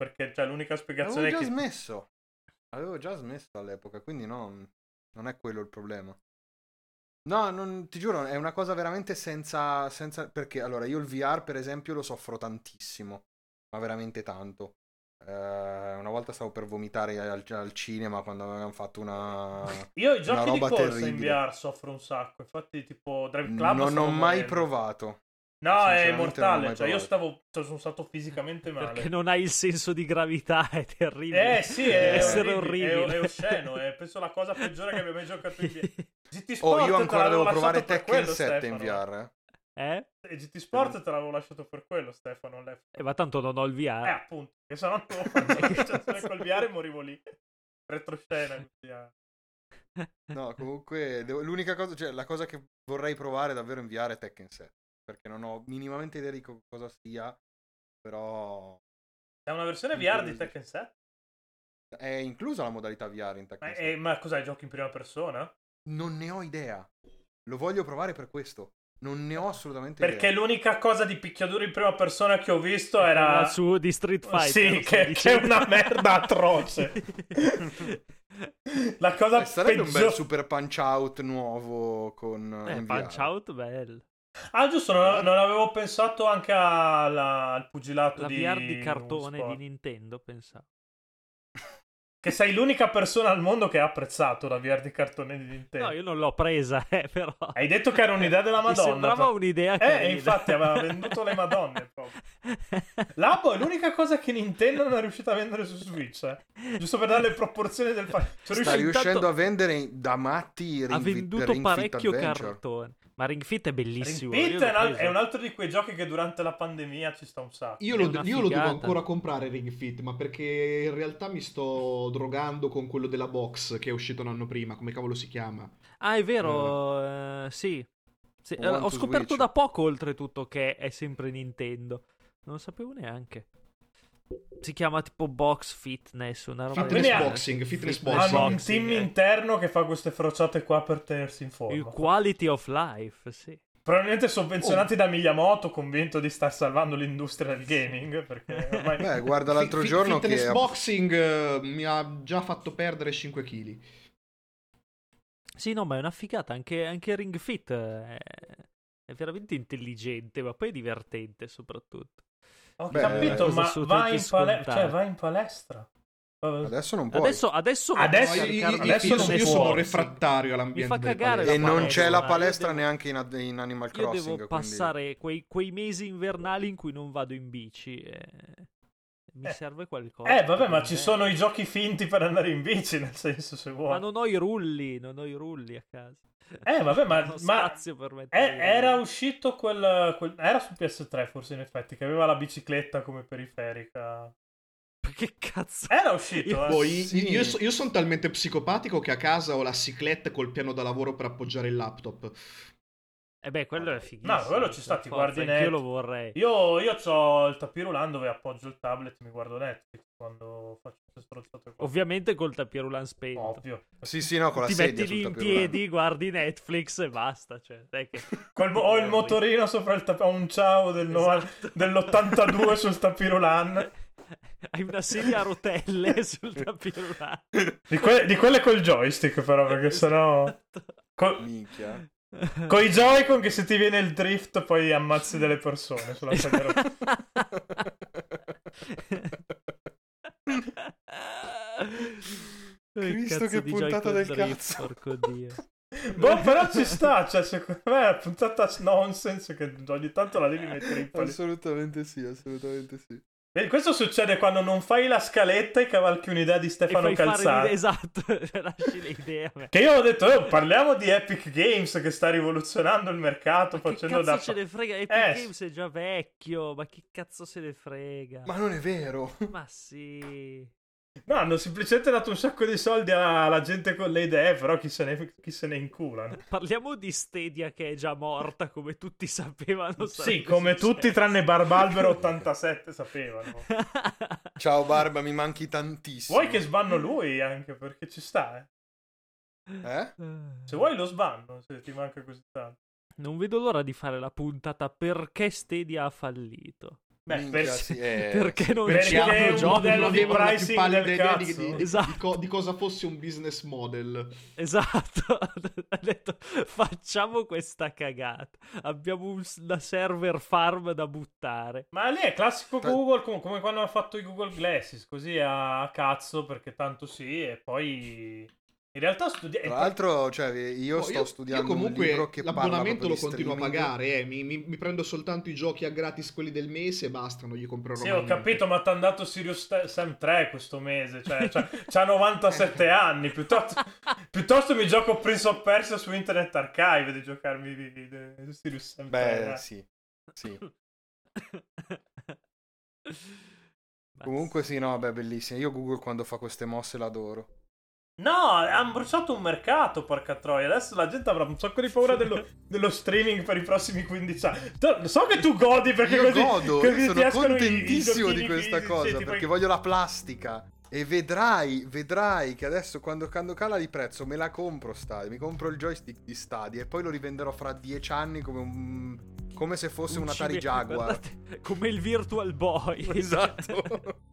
Speaker 1: Perché cioè, l'unica
Speaker 3: Avevo
Speaker 1: spiegazione è
Speaker 3: già
Speaker 1: che...
Speaker 3: smesso. Avevo già smesso all'epoca, quindi no, non è quello il problema. No, non, ti giuro, è una cosa veramente senza, senza... Perché allora io il VR per esempio lo soffro tantissimo, ma veramente tanto. Eh, una volta stavo per vomitare al, al cinema quando avevamo fatto una...
Speaker 1: Io i giochi di
Speaker 3: roba
Speaker 1: corsa in
Speaker 3: terribile.
Speaker 1: VR soffro un sacco. Infatti, tipo Drive Club...
Speaker 3: non
Speaker 1: stavo
Speaker 3: ho mai
Speaker 1: morendo.
Speaker 3: provato.
Speaker 1: No, è
Speaker 3: Sinceramente non ho
Speaker 1: mortale.
Speaker 3: mai
Speaker 1: Cioè, io
Speaker 3: provato.
Speaker 1: stavo... cioè, sono stato fisicamente male.
Speaker 2: Perché non hai il senso di gravità, è terribile.
Speaker 1: Eh sì, è,
Speaker 2: essere
Speaker 1: orribile,
Speaker 2: orribile.
Speaker 1: È, è osceno, è penso la cosa peggiore che abbia mai giocato in VR. GT
Speaker 3: Oh,
Speaker 1: Sport
Speaker 3: io
Speaker 1: te
Speaker 3: ancora
Speaker 1: l'avevo
Speaker 3: devo
Speaker 1: lasciato
Speaker 3: provare
Speaker 1: per
Speaker 3: Tekken
Speaker 1: quello,
Speaker 3: 7 in
Speaker 1: Stefano.
Speaker 3: VR. eh.
Speaker 2: Eh?
Speaker 1: E GT Sport te l'avevo lasciato per quello, Stefano. all'epoca.
Speaker 2: Eh, ma tanto non ho il
Speaker 1: Eh,
Speaker 2: VR.
Speaker 1: appunto, che se no non Cioè, col VR e morivo lì. Retroscena. così, ah.
Speaker 3: No, comunque devo- l'unica cosa, cioè la cosa che vorrei provare davvero in VR è Tekken 7, perché non ho minimamente idea di co- cosa sia, però
Speaker 1: È una versione VR di Tekken 7?
Speaker 3: è inclusa la modalità VR in
Speaker 1: Ma,
Speaker 3: Tekken 7.
Speaker 1: eh, ma cos'hai, giochi in prima persona?
Speaker 3: Non ne ho idea. Lo voglio provare per questo. Non ne ho assolutamente
Speaker 1: Perché
Speaker 3: idea.
Speaker 1: l'unica cosa di picchiaduro in prima persona che ho visto
Speaker 2: Era
Speaker 1: era...
Speaker 2: su di Street Fighter.
Speaker 1: Sì,
Speaker 2: sto
Speaker 1: che, che è
Speaker 2: dicendo.
Speaker 1: una merda atroce. La cosa
Speaker 3: Eh, sarebbe un bel
Speaker 1: peggiore...
Speaker 3: super punch out nuovo con
Speaker 2: Eh,
Speaker 3: in
Speaker 2: punch
Speaker 3: VR.
Speaker 2: out, bello.
Speaker 1: Ah, giusto, non, non avevo pensato anche alla- al pugilato
Speaker 2: La
Speaker 1: di
Speaker 2: VR di cartone
Speaker 1: Sport.
Speaker 2: di Nintendo, pensavo.
Speaker 1: Che sei l'unica persona al mondo che ha apprezzato la VR di cartone di Nintendo.
Speaker 2: No, io non l'ho presa, eh, però.
Speaker 1: Hai detto che era un'idea della
Speaker 2: Mi
Speaker 1: Madonna.
Speaker 2: sembrava
Speaker 1: però.
Speaker 2: un'idea
Speaker 1: Eh,
Speaker 2: carina.
Speaker 1: infatti aveva venduto le Madonne proprio. Labo è l'unica cosa che Nintendo non è riuscita a vendere su Switch. eh. Giusto per dare le proporzioni del Cioè, fatto. Sono
Speaker 3: Sta
Speaker 1: riuscito
Speaker 3: riuscendo a vendere in- da matti
Speaker 2: ha
Speaker 3: Ring Fit-
Speaker 2: venduto
Speaker 3: Ring Fit
Speaker 2: parecchio
Speaker 3: Adventure.
Speaker 2: cartone. Ma Ring Fit è bellissimo. io
Speaker 1: Pit
Speaker 2: l'ho
Speaker 1: è, un al-
Speaker 2: preso.
Speaker 1: è un altro di quei giochi che durante la pandemia ci sta un sacco.
Speaker 4: Io
Speaker 2: È
Speaker 4: lo,
Speaker 2: una
Speaker 4: io lo devo
Speaker 2: figata.
Speaker 4: ancora comprare Ring Fit, ma perché in realtà mi sto drogando con quello della box che è uscito un anno prima, come cavolo si chiama?
Speaker 2: Ah, è vero, eh, sì. Sì,
Speaker 3: Mm. One
Speaker 2: eh, ho
Speaker 3: to
Speaker 2: scoperto
Speaker 3: Switch.
Speaker 2: da poco, oltretutto, che è sempre Nintendo. Non lo sapevo neanche. Si chiama tipo Box Fitness, una roba
Speaker 1: Fitness
Speaker 2: del genere.
Speaker 4: boxing, fitness boxing.
Speaker 1: Hanno un
Speaker 2: boxing,
Speaker 1: team
Speaker 2: eh.
Speaker 1: interno che fa queste frociate qua per tenersi in
Speaker 2: Il
Speaker 1: forma.
Speaker 2: quality of life, sì.
Speaker 1: Probabilmente sovvenzionati da Miyamoto, convinto di star salvando l'industria del gaming. Perché ormai.
Speaker 3: Beh, guarda l'altro
Speaker 4: Fi- fi-
Speaker 3: giorno
Speaker 4: fitness
Speaker 3: che ha-
Speaker 4: boxing eh, mi ha già fatto perdere 5 kg.
Speaker 2: Sì, no, ma è una figata. Anche, anche Ring Fit è, è veramente intelligente, ma poi è divertente soprattutto.
Speaker 1: Ho
Speaker 3: Beh,
Speaker 1: capito, ma
Speaker 2: cosa
Speaker 1: vai
Speaker 2: assolutamente
Speaker 1: in, pale-
Speaker 2: scontata.
Speaker 1: cioè, vai in palestra. Eh,
Speaker 3: adesso non puoi.
Speaker 2: Adesso, adesso,
Speaker 1: Adesso-
Speaker 2: voglio
Speaker 4: No, io, io-
Speaker 2: cercare
Speaker 4: io-
Speaker 2: di
Speaker 1: adesso
Speaker 4: io
Speaker 1: non
Speaker 4: sono,
Speaker 2: fitness
Speaker 4: io sono
Speaker 1: può.
Speaker 2: boxing.
Speaker 4: refrattario all'ambiente.
Speaker 2: Mi fa
Speaker 4: del
Speaker 2: cagare
Speaker 4: palestra.
Speaker 3: e
Speaker 2: la
Speaker 3: non c'è
Speaker 2: palestra,
Speaker 3: la
Speaker 2: io
Speaker 3: palestra
Speaker 2: devo-
Speaker 3: neanche in, ad- in Animal
Speaker 2: Io
Speaker 3: Crossing.
Speaker 2: devo
Speaker 3: quindi-
Speaker 2: passare quei, quei mesi invernali in cui non vado in bici. eh, Mi
Speaker 1: Eh.
Speaker 2: serve qualcosa.
Speaker 1: Eh, vabbè, ma
Speaker 2: per
Speaker 1: ci
Speaker 2: me.
Speaker 1: sono i giochi finti per andare in bici, nel senso, se vuoi.
Speaker 2: Ma non ho i rulli, non ho i rulli a casa.
Speaker 1: Eh, vabbè, ma-
Speaker 2: Non ho
Speaker 1: ma-
Speaker 2: spazio per mettere.
Speaker 1: Eh,
Speaker 2: i
Speaker 1: era
Speaker 2: rulli.
Speaker 1: uscito quel, quel- Era su PS3, forse, in effetti, che aveva la bicicletta come periferica.
Speaker 2: Che cazzo?
Speaker 1: Era uscito, eh.
Speaker 4: Boh, i-
Speaker 3: Sì.
Speaker 4: io, so- io sono talmente psicopatico che a casa ho la ciclette col piano da lavoro per appoggiare il laptop.
Speaker 2: Eh beh, quello è fighissimo.
Speaker 1: No, quello ci sta,
Speaker 2: per
Speaker 1: ti
Speaker 2: forza,
Speaker 1: guardi net.
Speaker 2: anch'io lo vorrei.
Speaker 1: Io, io ho il tapirulan dove appoggio il tablet e mi guardo Netflix quando faccio queste stronzate qua.
Speaker 2: Ovviamente col tapierulan spento.
Speaker 1: Ovvio.
Speaker 3: Sì, sì, no, con la
Speaker 2: ti
Speaker 3: sedia
Speaker 2: metti
Speaker 3: sul
Speaker 2: lì in
Speaker 3: tapirulano.
Speaker 2: piedi, guardi Netflix e basta. Cioè, dai che...
Speaker 1: Col- ho
Speaker 2: Eh,
Speaker 1: il motorino sopra il tap- ho un ciao del no-
Speaker 2: Esatto.
Speaker 1: dell'82 sul tapirulan.
Speaker 2: Hai una sedia a rotelle sul tapirulano.
Speaker 1: Di, que- di quelle col joystick, però, perché sennò. co-
Speaker 3: Minchia.
Speaker 2: Eh.
Speaker 1: con i Joy-Con che se ti viene il drift poi ammazzi delle persone sulla
Speaker 2: Esatto.
Speaker 1: sedia a rotelle.
Speaker 3: Cristo,
Speaker 2: Cazzo
Speaker 3: che
Speaker 2: di Joy-Con
Speaker 3: puntata del
Speaker 2: drift,
Speaker 3: cazzo.
Speaker 2: Porco dio.
Speaker 1: Boh, però ci sta, cioè, secondo me è una puntata nonsense che ogni tanto la devi mettere in palestra.
Speaker 3: Assolutamente sì, assolutamente sì.
Speaker 1: Vedi, Questo succede quando non fai la scaletta e cavalchi un'idea di
Speaker 2: E
Speaker 1: Stefano
Speaker 2: fai fare l'idea-
Speaker 1: Calzati.
Speaker 2: Esatto, cioè, lasci l'idea.
Speaker 1: Che io ho detto, "Oh, parliamo di Epic Games che sta rivoluzionando il mercato
Speaker 2: Ma che
Speaker 1: facendo
Speaker 2: cazzo
Speaker 1: da...
Speaker 2: ce ne frega? Epic
Speaker 1: Eh, sì.
Speaker 2: Games è già vecchio, ma che cazzo se ne frega?
Speaker 3: Ma non è vero.
Speaker 2: Ma sì.
Speaker 1: No, hanno semplicemente dato un sacco di soldi alla alla gente con le idee, però chi se ne, chi se ne inculano.
Speaker 2: Parliamo di Stadia che è già morta, come tutti sapevano.
Speaker 1: Sì,
Speaker 2: sarebbe
Speaker 1: come
Speaker 2: successo.
Speaker 1: tutti tranne Barbalbero87 sapevano.
Speaker 3: Ciao Barba, mi manchi tantissimo.
Speaker 1: Vuoi che sbanno lui anche, perché ci sta, eh.
Speaker 3: Eh?
Speaker 1: Se vuoi lo sbanno, se ti manca così tanto.
Speaker 2: Non vedo l'ora di fare la puntata perché Stadia ha fallito.
Speaker 1: Beh,
Speaker 3: Minchia,
Speaker 1: per-
Speaker 3: sì, eh.
Speaker 2: perché non
Speaker 1: perché
Speaker 2: ci
Speaker 1: è
Speaker 2: hanno
Speaker 1: un
Speaker 2: giochi?
Speaker 1: modello
Speaker 4: non
Speaker 1: di
Speaker 4: avevano la più
Speaker 1: pricing
Speaker 4: pallida
Speaker 1: del
Speaker 4: idea di-
Speaker 1: cazzo.
Speaker 4: di- di-
Speaker 2: Esatto.
Speaker 4: di co- di cosa fosse un business model.
Speaker 2: Esatto, ha detto facciamo questa cagata. Abbiamo un- una server farm da buttare.
Speaker 1: Ma lì è classico
Speaker 3: Tra-
Speaker 1: Google, com- come quando hanno fatto i Google Glasses, così a cazzo, perché tanto sì, e poi... In realtà studi-
Speaker 3: Tra l'altro, cioè, io
Speaker 4: Oh,
Speaker 3: sto studiando
Speaker 4: io comunque
Speaker 3: un libro che parla
Speaker 4: l'abbonamento
Speaker 3: proprio
Speaker 4: lo
Speaker 3: di
Speaker 4: continuo a
Speaker 3: streaming.
Speaker 4: pagare, eh. mi, mi- mi prendo soltanto i giochi a gratis quelli del mese e basta, non gli comprerò
Speaker 1: Sì,
Speaker 4: mai
Speaker 1: ho
Speaker 4: niente.
Speaker 1: capito, ma ti hanno dato Sirius Te- Sam 3 questo mese, cioè, cioè, c'ha 97 anni, piuttosto, piuttosto mi gioco Prince of Persia su Internet Archive di giocarmi di- di- di Sirius Sam 3.
Speaker 3: Beh,
Speaker 1: eh.
Speaker 3: sì. Sì.
Speaker 2: Ma
Speaker 3: Comunque sì, no, beh, bellissimo. Io Google quando fa queste mosse l'adoro.
Speaker 1: No, hanno bruciato un mercato, porca troia. Adesso la gente avrà un sacco di paura dello, dello streaming per i prossimi 15 anni. To- So che tu godi perché
Speaker 3: io
Speaker 1: così,
Speaker 3: godo,
Speaker 1: così
Speaker 3: io
Speaker 1: ti
Speaker 3: sono
Speaker 1: escono i- i
Speaker 3: contentissimo di
Speaker 1: giochini
Speaker 3: questa
Speaker 1: fisici,
Speaker 3: cosa,
Speaker 1: ti
Speaker 3: perché
Speaker 1: fai-
Speaker 3: voglio la plastica. E vedrai, vedrai che adesso quando, quando cala di prezzo me la compro Stadia, mi compro il joystick di Stadia e poi lo rivenderò fra dieci anni come un... come se fosse
Speaker 2: un
Speaker 3: un Atari
Speaker 2: cime-
Speaker 3: Jaguar.
Speaker 2: guardate, come il Virtual Boy.
Speaker 3: Esatto.